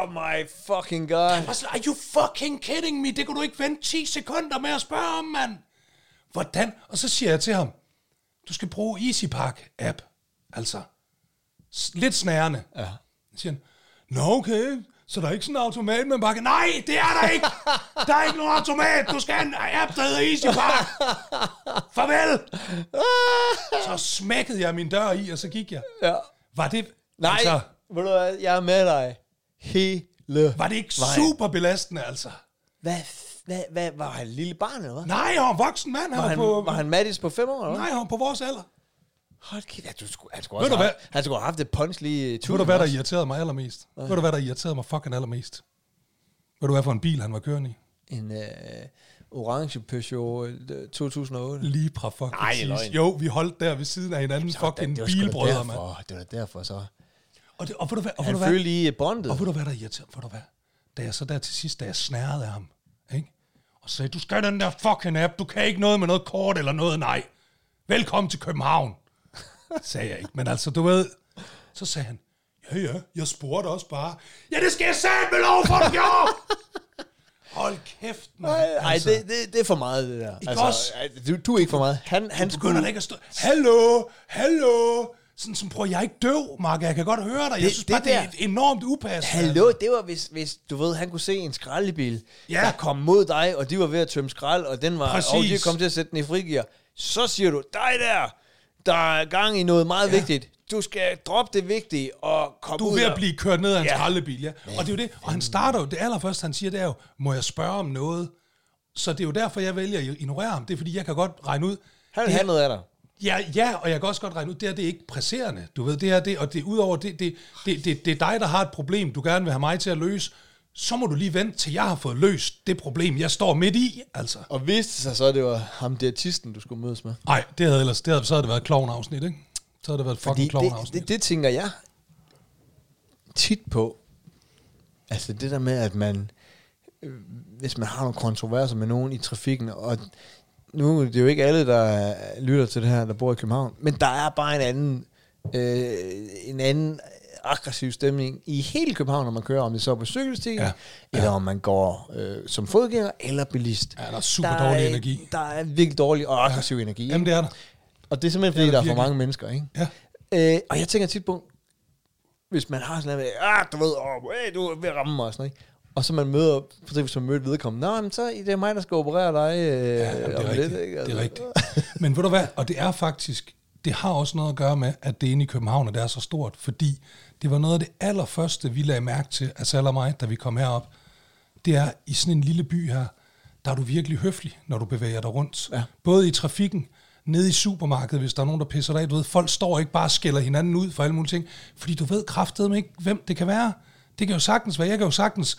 Oh my fucking god.
Og så, are you fucking kidding me? Det kunne du ikke vente 10 sekunder med at spørge om, mand. Hvordan? Og så siger jeg til ham, du skal bruge EasyPark-app. Altså, s- lidt snærende. Ja. Så siger han, nå okay, så der er ikke sådan en automat, man bare kan, nej, det er der ikke. Der er ikke nogen automat. Du skal have en app, der hedder EasyPark. Farvel. Så smækkede jeg min dør i, og så gik jeg.
Ja.
Var det...
Nej,
Altså,
ved du hvad, jeg er med dig. Hele
var det ikke
vejen.
super belastende, altså?
Hvad, f- hvad, hvad, var han et lille barn, eller hvad?
Nej, han var en voksen mand. Han
Var
var,
han,
på,
var han Mattis på fem år, eller hvad?
Nej, han var på vores alder.
Hold kæft, ja, du skulle, han, skulle
Ved
også
du
have, han skulle have haft et punch lige i
Ved
turen
du, hvad der
også.
irriterede mig allermest? Ved du, hvad der irriterede mig fucking allermest? Ved du, hvad for en bil han var kørende i?
En øh, orange Peugeot øh, 2008.
Libra fucking
Nej,
Tis.
løgn.
Jo, vi holdt der ved siden af hinanden fucking bilbrødre, mand.
mand. Det var da derfor, så.
Og, det, og ved du hvad, og ved
Han
du hvad,
følte lige bondet.
og ved du hvad der irriterede? Ved du hvad? Da jeg så der til sidst, da jeg snærede af ham, ikke? og sagde, du skal have den der fucking app, du kan ikke noget med noget kort eller noget, nej. Velkommen til København, sagde jeg ikke. Men altså, du ved, så sagde han, ja ja, jeg spurgte også bare, ja det skal jeg sætte med lov for, du gjorde! Hold kæft, man.
Ej, ej
Altså-
det, det, det er for meget, det der. Altså,
Ikke også?
ej, du, du er ikke for meget. Han,
begynder
han skulle...
der ikke at stå, hallo, hallo, sådan som, prøv, jeg er ikke døv, Mark, jeg kan godt høre dig. Jeg
Det-
synes
det
bare, det er
der-
enormt upassende.
Hallo, det var hvis, hvis, du ved, han kunne se en skraldebil,
Ja.
der kom mod dig, og de var ved at tømme skrald, og den var,
Præcis.
og de kom til at sætte den i frigear. Så siger du, dig der, der er gang i noget meget ja. vigtigt. Du skal droppe det vigtige og komme
Du
ud
er ved
og-
at blive kørt ned af en
Ja. Mm.
ja. skraldebil, ja. Og det er jo det. Og han starter jo, det allerførste, han siger, det er jo, må jeg spørge om noget? Så det er jo derfor, jeg vælger at ignorere ham. Det er, fordi jeg kan godt regne ud.
Han vil
det
have
her,
noget af dig.
ja, ja, og jeg kan også godt regne ud, det her det er ikke presserende. Du ved, det her det, og det er udover, det, det, det, det, det er dig, der har et problem, du gerne vil have mig til at løse. så må du lige vente, til jeg har fået løst det problem, jeg står midt i, altså.
Og viste det sig så, at det var ham diætisten, du skulle mødes med?
Nej, det havde ellers, det havde, så havde det været et klovnafsnit, ikke? Så havde det været et fucking
det,
klovnafsnit.
det, det tænker jeg tit på. Altså det der med, at man, øh, hvis man har nogle kontroverser med nogen i trafikken, og nu er det jo ikke alle, der lytter til det her, der bor i København, men der er bare en anden, øh, en anden aggressiv stemning i hele København, når man kører, om det så er på cykelstien, ja.
Ja.
eller om man går øh, som fodgænger eller bilist.
Ja, der er super
er-
dårlig energi.
Der er virkelig dårlig og aggressiv ja. energi. ikke?
Jamen, det er der.
Og det er simpelthen, fordi
Ja,
der er for
virkelig.
mange mennesker, ikke?
Ja.
Øh, og jeg tænker tit på, hvis man har sådan noget med, ah, du ved, oh, hey, du er ved at ramme mig, og sådan noget, ikke? Og så man møder, for eksempel hvis man møder vedkommende, nej, men så det er mig, der skal operere dig øh, ja,
Jamen,
om
det, er
lidt,
rigtigt.
ikke? Altså,
det er rigtigt. Men ved du hvad, og det er faktisk, det har også noget at gøre med, at det inde i København, og det er så stort, fordi det var noget af det allerførste, vi lagde mærke til, at Sal og mig, da vi kom herop, det er i sådan en lille by her, der er du virkelig høflig, når du bevæger dig rundt.
Ja.
Både i trafikken, nede i supermarkedet, hvis der er nogen, der pisser dig af. Du ved, folk står ikke bare og skælder hinanden ud for alle mulige ting, fordi du ved kraftedeme ikke, hvem det kan være. Det kan jo sagtens være. Jeg kan jo sagtens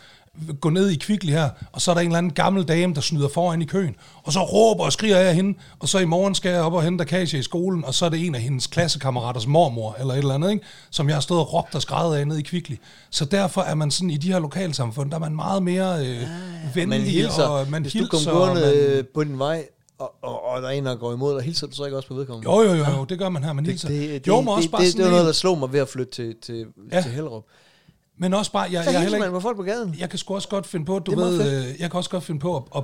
gå ned i Kvickly her, og så er der en eller anden gammel dame, der snyder foran i køen, og så råber og skriger jeg af hende, og så i morgen skal jeg op og hente kage i skolen, og så er det en af hendes klassekammeraters mormor, eller et eller andet, ikke? som jeg har stået og råbt og skrevet af nede i Kvickly. Så derfor er man sådan, i de her lokalsamfund, der er man meget mere øh,
Ah, Man
venlig,
hilser,
og man
hvis du
hilser,
kommer
og man,
gående man... på din vej, og, og, og, der er en, der går imod dig, hilser du så ikke også på vedkommende?
Jo, jo, jo, jo, det gør man her, man
Ah. det,
hilser.
det, det,
jo,
det,
men også
det,
bare
det,
sådan
det, var noget, der
en,
slog mig ved at flytte til, til, ja.
Ja.
til Hellerup.
Men også bare, jeg,
Så
jeg, er
hilser
heller
man
ikke,
på folk på gaden.
jeg kan sgu også godt finde på, du
Det er meget
ved, øh, jeg kan også godt finde på, at, at,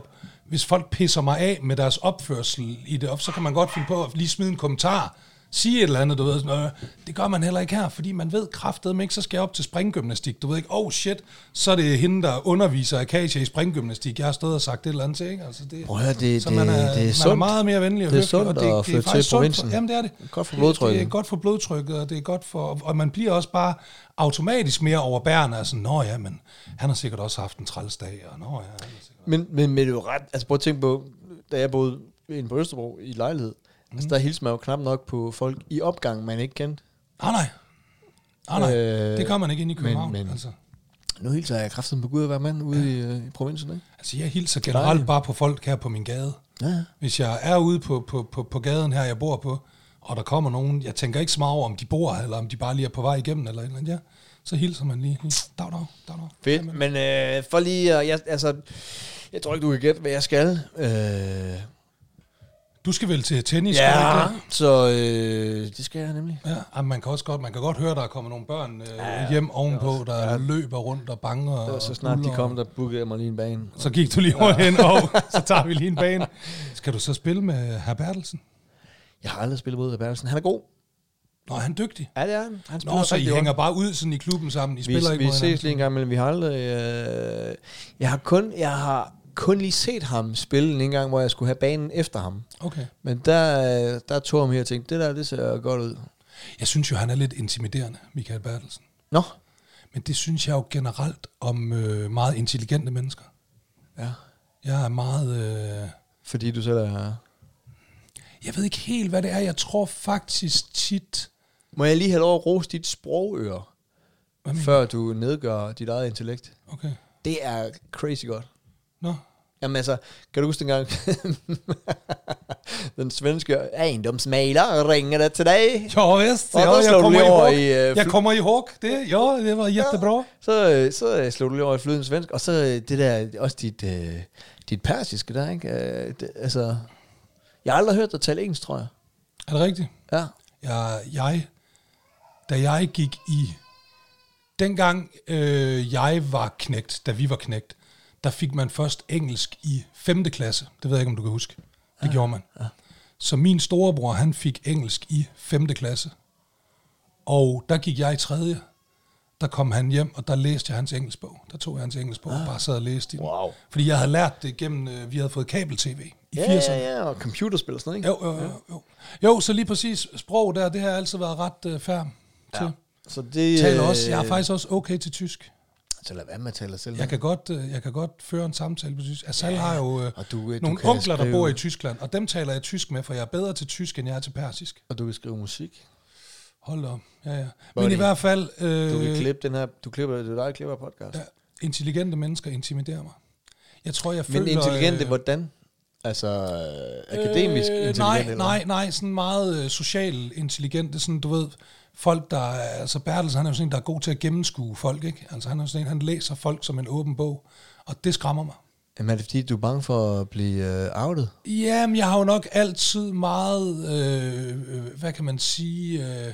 hvis folk pisser mig af med deres opførsel i det op, så kan man godt finde på at lige smide en kommentar, sige et eller andet, du ved, sådan, øh, det gør man heller ikke her, fordi man ved kraftedeme ikke, så skal jeg op til springgymnastik, du ved ikke, oh shit, så er det hende, der underviser Akasia i springgymnastik, jeg har stået og sagt et eller andet til, ikke? Altså, det,
Prøv at høre, det-
så
det-
man er,
det er
man er
sundt.
meget mere venlig og
Det er
høflig,
sundt
og det,
at
det er
flytte til
faktisk sundt
provinsen.
For, jamen, det er det.
Godt for
Det-
blodtrykket.
Det er godt for blodtrykket, og det er godt for, og man bliver også bare automatisk mere overbærende, altså, nå ja, men han har sikkert også haft en trælsdag, og nå ja, han har sikkert
Men, men, men det er jo ret, altså prøv at tænke på, da jeg boede inde på Østerbro i lejlighed, mm. altså der hilste man jo knap nok på folk i opgang, man ikke kendte.
Nej, Ah, nej. Nej, nej.
Øh,
Øh, det gør man ikke ind i København.
men-
Men,
men-
men. Altså.
Nu hilser jeg kraften på Gud at være mand ude ja. i, øh, i provinsen, ikke?
altså, jeg hilser
Dejligt.
generelt bare på folk her på min gade.
Ja, ja.
Hvis jeg er ude på, på, på, på gaden her, jeg bor på, og der kommer nogen, jeg tænker ikke så meget over, om de bor her, eller om de bare lige er på vej igennem, eller et eller andet, ja. Så hilser man lige. Dag, dag, dag, dag.
Fedt, men øh, for lige, at- jeg, altså, jeg tror ikke, du kan gætte, hvad jeg skal. Øh,
Du skal vel til tennis, skal du
ja,
ikke det?
så øh, det skal jeg nemlig.
Ja, ej, man kan også godt, man kan godt høre, der er kommet nogle børn øh, ja, hjem ovenpå, der ja. løber rundt og banker.
Og så snart de
buldrer.
kom, der bookede jeg mig lige en bane.
Så gik du lige over hen, og så tager vi lige en bane. Skal du så spille med herr Bertelsen?
Jeg har aldrig spillet mod Ida Bertelsen. Han er god.
Nå, er han dygtig?
Ja, det er han. han spiller
Nå, så I
rigtig godt.
hænger bare ud sådan i klubben sammen. I
Vi,
spiller ikke
vi
mod
ses lige en gang, men vi har aldrig... Øh, jeg, har kun, jeg har kun lige set ham spille en gang, hvor jeg skulle have banen efter ham.
Okay.
Men der, øh, der tog ham her og tænkte, det der, det ser godt ud.
Jeg synes jo, han er lidt intimiderende, Michael Bertelsen.
Nå,
Men det synes jeg jo generelt om øh, meget intelligente mennesker.
ja.
Jeg er meget... Øh,
Fordi du selv er...
jeg ved ikke helt, hvad det er. Jeg tror faktisk tit...
Må jeg lige have lov at rose dit sprogøre,
Hvad mener
før du nedgør dit eget intellekt?
du? Okay.
Det er crazy godt.
Nå.
Jamen altså, kan du huske dengang, den svenske ejendomsmaler ringer det til dig?
Jo, vist.
Og
Ja,
der
jeg
slår du
kommer
lige over
ihåg.
i, øh,
jeg
fl-
kommer ihåg det. Jo, det var jättebra.
Så, øh, så øh, slog du lige over i flyden svensk, og så øh, det der, også dit, øh, dit persiske der, ikke? Øh, det, altså, jeg har aldrig hørt dig tale engelsk, tror jeg.
Er det rigtigt?
Ja.
Jeg, jeg, da jeg gik i... Dengang øh, jeg var knægt, da vi var knægt, der fik man først engelsk i 5. klasse. Det ved jeg ikke, om du kan huske. Det gjorde man. Så min storebror, han fik engelsk i 5. klasse. Og der gik jeg i 3. Der kom han hjem, og der læste jeg hans engelskbog. Der tog jeg hans engelskbog og bare sad og læste i den.
Ah. Wow.
Fordi jeg havde lært det gennem, øh, vi havde fået kabel-tv i
Ja,
80'erne.
ja, ja, og computerspil og sådan noget, ikke?
Jo, jo, jo, jo. jo, så lige præcis sprog der, det har jeg altid været ret øh, færm til.
Så det... øh,
Jeg taler også, jeg er faktisk også okay til tysk.
Så lad være med at tale dig selv.
Jeg kan godt, øh, jeg kan godt føre en samtale på tysk. Asal ja, har jo øh,
og du, øh, du
nogle
kan
onkler, der
skrive-
bor i Tyskland, og dem taler jeg tysk med, for jeg er bedre til tysk, end jeg er til persisk.
Og du kan skrive musik.
Hold da op. Ja, ja.
Buddy.
Men i hvert fald... Øh,
Du kan klippe den her... Du klipper, det er dig, der klipper podcast.
Ja, intelligente mennesker intimiderer mig. Jeg tror, jeg
Men
føler...
intelligente,
øh,
hvordan? Altså, øh, akademisk øh, intelligent?
nej,
eller?
nej, nej, sådan meget øh, social intelligente, sådan du ved, folk der, er- altså Bertelsen, han er jo sådan en, der er god til at gennemskue folk, ikke? Altså han er jo sådan en, han læser folk som en åben bog, og det skræmmer mig.
Jamen, er det fordi, du er bange for at blive øh, outet?
Jamen, jeg har jo nok altid meget, øh, øh, hvad kan man sige, øh,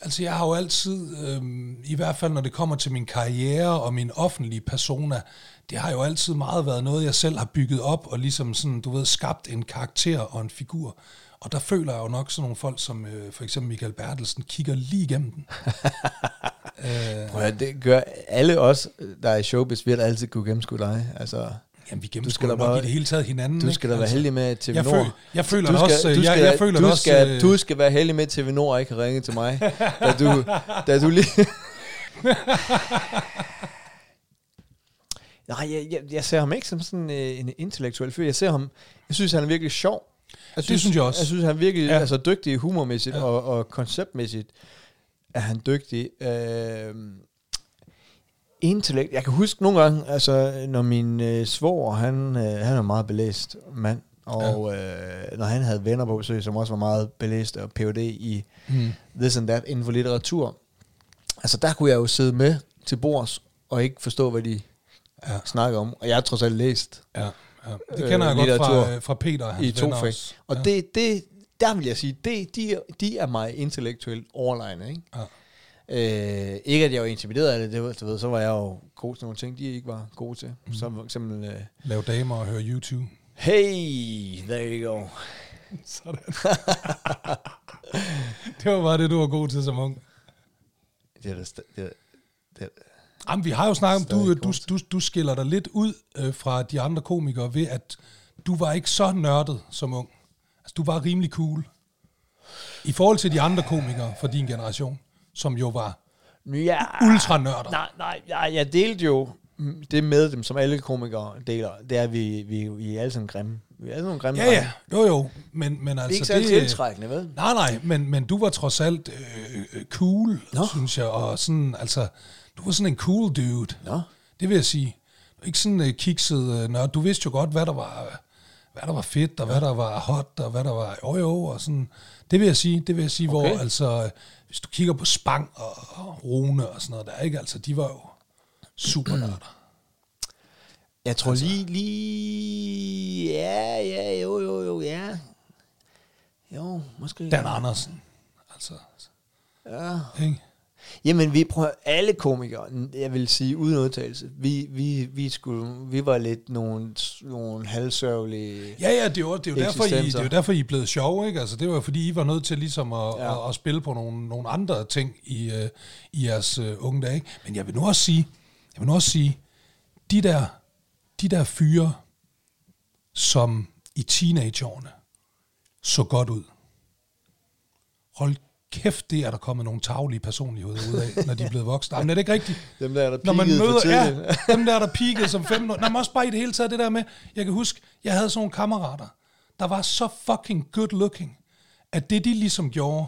altså jeg har jo altid, øh, i hvert fald når det kommer til min karriere og min offentlige persona, det har jo altid meget været noget, jeg selv har bygget op og ligesom sådan, du ved, skabt en karakter og en figur. Og der føler jeg jo nok sådan nogle folk, som øh, for eksempel Michael Bertelsen, kigger lige igennem den. Øh,
Prøv at, høre, det gør alle os, øh, der er i showbiz, vi har da altid kunne gennemskue dig. Altså,
Jamen, vi
Du skal
gennemskuer
da
nok
bare-
i det hele taget hinanden.
du skal da
ikke? Altså,
være heldig med TV
jeg
Nord.
føl- jeg føler
du
da også,
du
jeg-
skal,
jeg føler
du
da også,
Skal,
øh,
Du skal være heldig med at TV Nord ikke har ringet til mig, da du, da du lige... Nej, jeg, jeg, jeg ser ham ikke som sådan øh, en intellektuel fyr. Jeg ser ham... Jeg synes, han er virkelig sjov. Jeg
synes jeg også.
Jeg synes, han er virkelig ja.
Ja.
altså, dygtig humormæssigt ja. og, og konceptmæssigt. Er han dygtig. Øh, intellekt. Jeg kan huske nogle gange, altså, når min øh, svor, han, øh, han er meget belæst mand, og øh, når han havde venner på besøg, som også var meget belæst og Ph.D. i
Mm.
this and that inden for litteratur, altså der kunne jeg jo sidde med til bords og ikke forstå, hvad de
Ja.
ja. snakker om. Og jeg har trods alt læst
Ja, ja. Det kender
Øh,
jeg godt fra,
litteratur.
øh, fra Peter og hans
i to
venner
fag.
også.
Og ja. det, det, der vil jeg sige, det, de, er- de er mig intellektuelt overlegne, ikke?
Ja.
Øh, ikke at jeg var intimideret af det, det var, du ved, så var jeg jo god til nogle ting, de ikke var gode til. Mm. Som for eksempel, øh,
Lav damer og høre YouTube.
hey, there you go.
Sådan. det var bare det, du var god til som ung.
Det er da sta- det er, det er,
Jamen, vi har jo snakket om, du,
Stadig
du, du, du skiller dig lidt ud øh, fra de andre komikere ved, at du var ikke så nørdet som ung. Altså, du var rimelig cool. I forhold til de andre komikere fra din generation, som jo var
ja,
ultra nørder.
nej, nej, nej, jeg delte jo mm, det med dem, som alle komikere deler. Det er, at vi, vi, vi er alle sammen grimme. Vi er alle sammen grimme.
Ja,
drenge.
ja. Jo, jo. Men, men altså,
Altså, Det er ikke særlig tiltrækkende, vel?
Nej, nej, men, men du var trods alt øh, øh, cool, Nå. synes jeg, og sådan, altså, du var sådan en cool dude.
Nå.
Det vil jeg sige. Du er Ikke sådan øh, kikset, øh, nørd. du vidste jo godt, hvad der var, hvad der var fedt, og hvad der var hot, og hvad der var jo, jo, og sådan. Det vil jeg sige, det vil jeg sige, okay. hvor altså, øh, hvis du kigger på Spang og, og Rune og sådan noget der, ikke? Altså, de var jo super nørder.
Jeg tror altså. lige, lige... Ja, ja, jo, jo, jo, ja. Jo, måske.
Dan Andersen, altså.
Ja.
Ikke?
Jamen, vi prøver alle komikere, jeg vil sige, uden udtalelse. Vi, vi, vi, skulle, vi var lidt nogle, nogle halvsørgelige...
Ja, ja, det er jo, det er jo, derfor, I, det
Eksistenser.
er jo derfor, I er blevet sjove, ikke? Altså, det var jo fordi, I var nødt til ligesom at, ja. at, at spille på nogle, nogle andre ting i, øh, i jeres øh, unge dage. ikke? Men jeg vil nu også sige, jeg vil nu også sige, de der, de der fyre, som i teenageårene så godt ud, hold kæft, det er der kommet nogle taglige personligheder ud af, når de er blevet voksne. Jamen, er det ikke rigtigt?
Dem der, der
når man
peakede for
møder,
tidligt.
ja, dem der, der peakede som 15 år. Nå, men også bare i det hele taget det der med, jeg kan huske, jeg havde sådan nogle kammerater, der var så fucking good looking, at det de ligesom gjorde,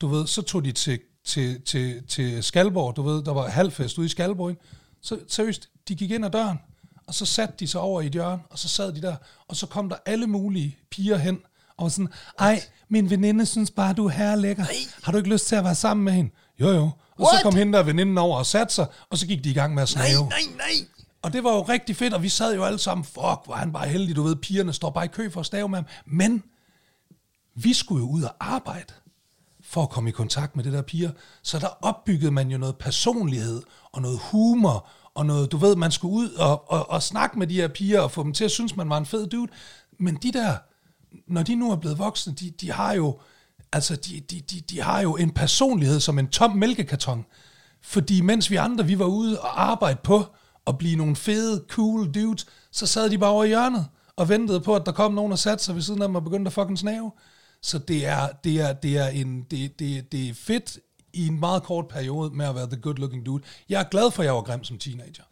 du ved, så tog de til, til, til, til Skalborg, du ved, der var halvfest ude i Skalborg, ikke? så seriøst, de gik ind ad døren, og så satte de sig over i et hjørne, og så sad de der, og så kom der alle mulige piger hen, og var sådan, ej, min veninde synes bare, du er herrelækker. Har du ikke lyst til at være sammen med hende? Jo, jo. Og så
What?
kom hende der veninden over og satte sig, og så gik de i gang med at
Nej,
snave.
nej, nej.
Og det var jo rigtig fedt, og vi sad jo alle sammen, fuck, hvor er han bare heldig, du ved, pigerne står bare i kø for at stave med ham. Men vi skulle jo ud og arbejde for at komme i kontakt med det der piger. Så der opbyggede man jo noget personlighed og noget humor og noget, du ved, man skulle ud og, og, og snakke med de her piger og få dem til at synes, man var en fed dude. Men de der, når de nu er blevet voksne, de, de har jo altså, de, de, de, de har jo en personlighed som en tom mælkekarton. Fordi mens vi andre, vi var ude og arbejde på at blive nogle fede, cool dudes, så sad de bare over i hjørnet og ventede på, at der kom nogen og satte sig ved siden af dem og begyndte at fucking snave. Så det er, det er, det er, en, det, det, det er fedt i en meget kort periode med at være the good looking dude. Jeg er glad for, at jeg var grim som teenager.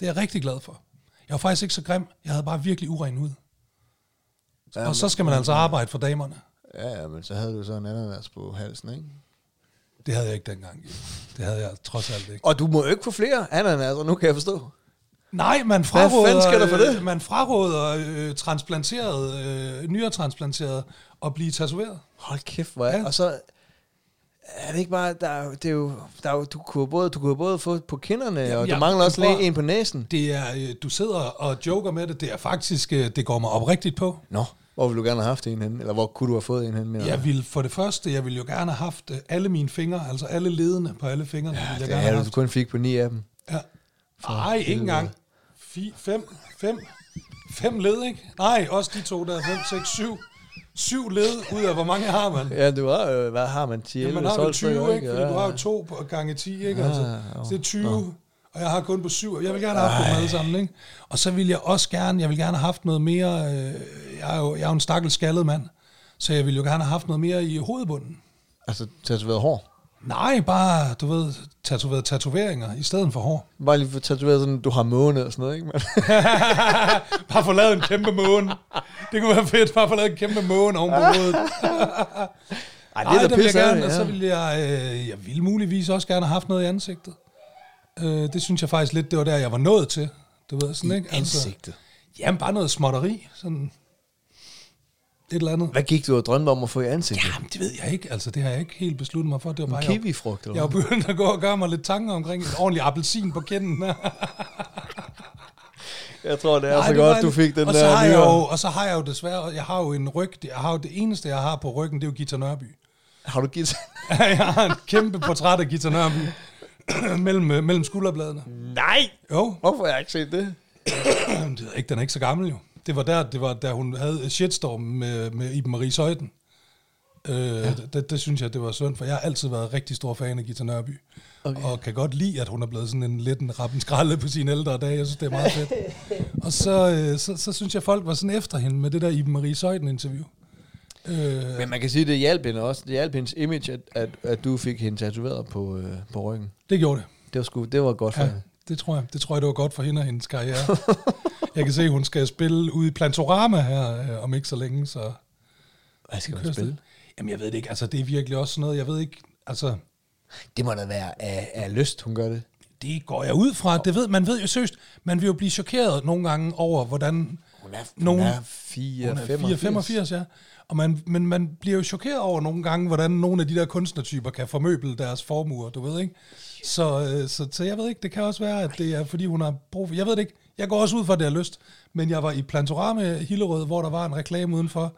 Det er jeg rigtig glad for. Jeg var faktisk ikke så grim. Jeg havde bare virkelig uren ud. Og så skal man altså arbejde for damerne.
Ja, ja, men så havde du så en ananas på halsen, ikke?
Det havde jeg ikke dengang. Jim. Det havde jeg trods alt ikke.
Og du må jo ikke få flere ananaser, nu kan jeg forstå.
Nej, man
fanden
fraråder,
sker der for det?
øh, Man fraråder øh, transplanteret, øh, nyretransplanteret at blive tatoveret.
Hold kæft, hvor er
Ja.
ja. Og så er det ikke bare, der, er jo- det er jo, der er jo, du kunne jo både, du kunne jo både få på kinderne, ja, og du
ja,
mangler
men
også
prøv
lige
at-
en på næsen.
Det er, øh, du sidder og joker med det. Det er faktisk, øh, det går mig oprigtigt på.
Nå. Hvor ville du gerne have haft en hen? Eller hvor kunne du have fået en hen? Mener
Jeg
jeg?
ville for det første, jeg ville jo gerne have haft øh, alle mine fingre, altså alle ledene på alle fingrene. Ja, ville jeg
Det
gerne have
er du
haft.
kun fik på ni af dem.
Ja. Nej, ikke engang. Fi, fem, fem, fem led, ikke? Nej, også de to der. Fem, seks, syv. Syv led ud af, hvor mange har man?
Ja, du har jo, hvad har man, 10
Ja, man
eller
har jo
12 stykker,
20, ikke? Fordi
Ja,
du har jo
ja.
to på- gange 10, ikke? Altså,
Ja, jo.
så det er 20, og jeg har kun på 7. Jeg vil gerne have haft dem alle sammen, ikke? Og så vil jeg også gerne, jeg vil gerne have haft noget mere, øh, jeg er jo, jeg er jo en stakkels skaldet mand, så jeg vil jo gerne have haft noget mere i hovedbunden.
Altså, tatoveret hår.
Nej, bare, du ved, tatoveret tatoveringer i stedet for hår.
Bare lige få tatoveret sådan, du har måne og sådan noget, ikke? Men,
bare få lavet en kæmpe måne. Det kunne være fedt, bare få lavet en kæmpe måne oven på hovedet.
Ej,
Nej, det, det vil jeg
pisseærgerligt,
gerne, og så vil jeg, øh, jeg vil muligvis også gerne have haft noget i ansigtet. Øh, det synes jeg faktisk lidt, det var der, jeg var nået til. Du ved, sådan, I ikke? Altså,
ansigtet?
Jamen, bare noget småtteri. Sådan et eller andet.
Hvad gik du og drømte om at få i ansigtet?
Jamen, det ved jeg ikke. Altså, det har jeg ikke helt besluttet mig for. Det var bare, jeg,
Kiwifrugt, eller
jeg var
hvad?
begyndt at gå og gøre mig lidt tanker omkring en ordentlig appelsin på kinden.
Jeg tror, det er
Ej,
så
det var
godt,
en-
du fik den
og så
der
har jeg
nyere.
jo, Og så har jeg jo desværre, jeg har jo en ryg, det- jeg har jo det eneste, jeg har på ryggen, det er jo Gita Nørby.
Har du givet...
jeg har et kæmpe portræt af Gita Nørby mellem, øh, mellem skulderbladene.
Nej!
Jo,
Hvorfor har jeg ikke set det?
det ved jeg ikke, den er ikke så gammel jo. Det var der, det var, da hun havde shitstorm med, med Iben Marie Søjden. Øh, ja. det, det, synes jeg, det var synd, for jeg har altid været rigtig stor fan af Gita Nørby. Okay. Og kan godt lide, at hun er blevet sådan en lidt en rappen skralde på sine ældre dage. Jeg synes, det er meget fedt. og så, øh, så, så, synes jeg, folk var sådan efter hende med det der Iben Marie Søjden interview. Øh,
Men man kan sige, det hjalp hende også. Det hjalp hendes image, at, at, at du fik hende tatoveret på, øh, på ryggen.
det gjorde det.
Det var, sgu, det var godt for
Ja,
hende.
det tror jeg. Det tror jeg, det var godt for hende og hendes karriere. jeg kan se, hun skal spille ude i Plantorama her øh, om ikke så længe, så...
Hvad skal
Kører
man spille?
det? Jamen, jeg ved det ikke. Altså, det er virkelig også sådan noget, jeg ved ikke... Altså,
Det må da være af, af lyst, hun gør det.
det går jeg ud fra. Det ved, man ved jo seriøst, man vil jo blive chokeret nogle gange over, hvordan...
Hun er,
Nogen-
hun er 4,
Hun er 4, 85, ja. Og man, men man bliver jo chokeret over nogle gange, hvordan nogle af de der kunstnertyper kan formøble deres formuer, du ved, ikke? Så, øh, så, så jeg ved ikke, det kan også være, at det er, fordi hun har brug for... Jeg ved det ikke. Jeg går også ud fra, at det er lyst. Men jeg var i Plantorama Hillerød, hvor der var en reklame udenfor.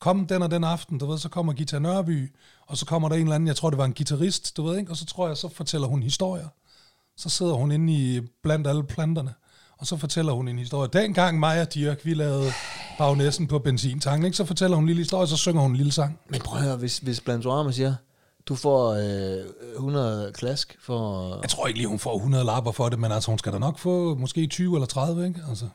Kom den og den aften, du ved, så kommer Gita Nørby, og så kommer der en eller anden, jeg tror, det var en guitarist, du ved, ikke? Og så tror jeg, så fortæller hun historier. Så sidder hun inde i blandt alle planterne, og så fortæller hun en historie. Dengang mig og Dirk, vi lavede bagnæssen på benzintanken, ikke? så fortæller hun en lille historie, og så synger hun en lille sang.
Men prøv at høre, hvis, hvis Blantorama siger, du får øh, 100 klask for...
Jeg tror ikke lige, hun får 100 lapper for det, men altså, hun skal da nok få måske 20 eller 30, ikke? Altså.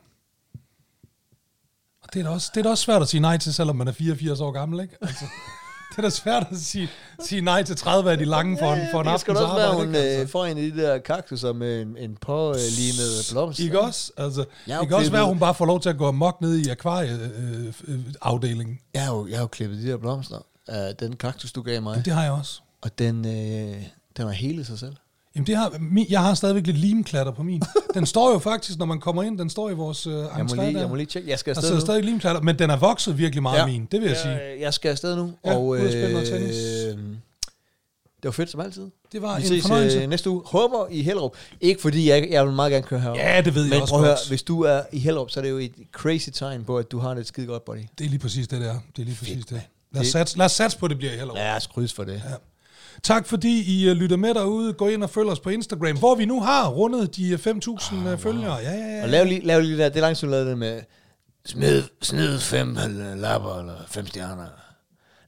Og det er, da også, det er da også svært at sige nej til, selvom man er 84 år gammel, ikke? Altså, det er da svært at sige, sige nej til 30 af de lange for en, for en
det skal
aftens
da også være,
arbejde,
hun
ikke?
øh,
Altså.
får en af de der kaktusser med en, en pålimet blomst.
Ikke også? Altså,
øh, Jeg er jo
det kan også
klippet-
være, at hun bare får lov til at gå amok ned i øh, akvarieafdelingen.
Jeg har jo, jeg har jo klippet de der blomster af den kaktus, du gav mig,
Det har jeg også.
og den, øh, den har helet sig selv.
Jamen, det har, min, jeg har stadigvæk lidt limklatter på min. Den står jo faktisk, når man kommer ind, den står i vores øh,
Jeg må,
entré
lige,
der.
jeg må lige tjekke. Jeg skal
Der
afsted
sidder
nu.
stadig limklatter, men den er vokset virkelig meget ja.
Ja. øh,
min, det vil jeg sige.
Jeg, jeg skal afsted nu,
Ja,
og øh,
ud at spille noget tennis.
det var fedt som altid.
Det var
Vi
en
ses
fornøjelse.
øh, næste uge. Håber i Hellerup. Ikke fordi, jeg, jeg vil meget gerne køre herop.
Ja, det ved jeg
Men
også
prøv at høre,
godt.
hvis du er i Hellerup, så er det jo et crazy tegn på, at du har det skide godt, buddy.
Det er lige præcis det, der. Det er lige præcis det. Lad os,
Det-
sats, lad os satse på, at det bliver i Hellerup.
Ja, skryds for det. Ja.
Tak fordi I øh, lytter med derude. Gå ind og følg os på Instagram, hvor vi nu har rundet de øh, 5.000 oh, wow. følgere. Ja, ja, ja.
Ah, Og lav lige, lav lige det der, det er langt, siden, du lavede det med.
Smid, snid fem øh, lapper eller fem stjerner.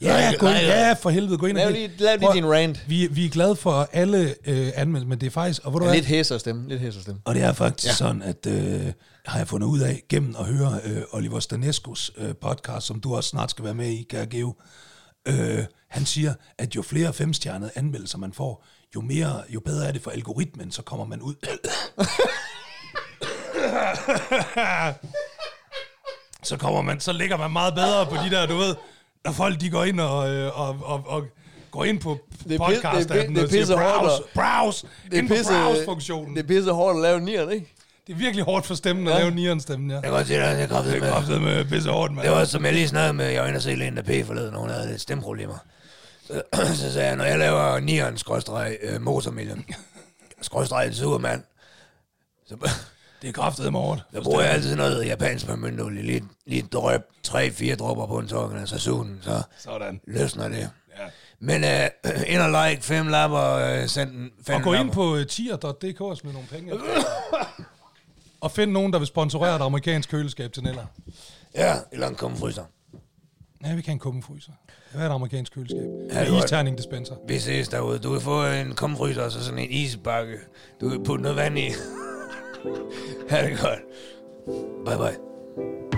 Ja,
Like-
gå ind,
like-
ja, for helvede, gå ind
Lav
og
lige, lav lige
Prøv-
din rant.
Vi, vi er glade for alle øh, anmeldelser, men det er faktisk... Og, ved du hvad?
Lidt hæser stemme, lidt hæser stemme.
Og det er faktisk ja. sådan, at øh, har jeg fundet ud af gennem at høre øh, Oliver Staneskos øh, podcast, som du også snart skal være med i, kan jeg give. Øh, han siger, at jo flere femstjernede anmeldelser man får, jo, mere, jo bedre er det for algoritmen, så kommer man ud. så kommer man, så ligger man meget bedre på de der, du ved, når folk de går ind og, øh, og, og, og Gå ind på
det er pis-
podcast
det er pi-
appen
det er
og sige,
pisse hårdt
browse,
at-
browse,
Det
ind
er
på
pisse,
browse-funktionen.
det
Det,
er pisse hårdt at lave nieren, ikke?
er virkelig hårdt for stemmen at
Ja.
lave nieren stemmen, ja.
Jeg kan godt se, at jeg kraftede med.
Det er med pisse hårdt, mand.
Det var, som jeg lige snakkede med, jeg var inde og se Lena P. forleden, og hun havde lidt stemmeproblemer. Så, så sagde jeg, når jeg laver nieren skråstreg øh, motormillion, skråstreg supermand, så,
Det er kraftet med hårdt.
så bruger jeg altid noget japansk pimento, lige, lige, lige en drøb, tre, fire dråber på en tokken, altså sugen, så
Sådan.
løsner det.
Ja.
Men øh, ind og like, fem lapper, øh, send den
Og
fem
gå ind
lapper.
på øh, tier.dk og smid nogle penge. og find nogen, der vil sponsorere et amerikansk køleskab til Neller.
Ja, eller en kummefryser.
Ja, vi kan en kummefryser. Det er et amerikansk køleskab.
Ja, det
Ja,
var-
isterning dispenser.
Vi ses derude. Du kan få en kummefryser og så sådan en isbakke. Du kan putte noget vand i. ha' det godt. Bye bye.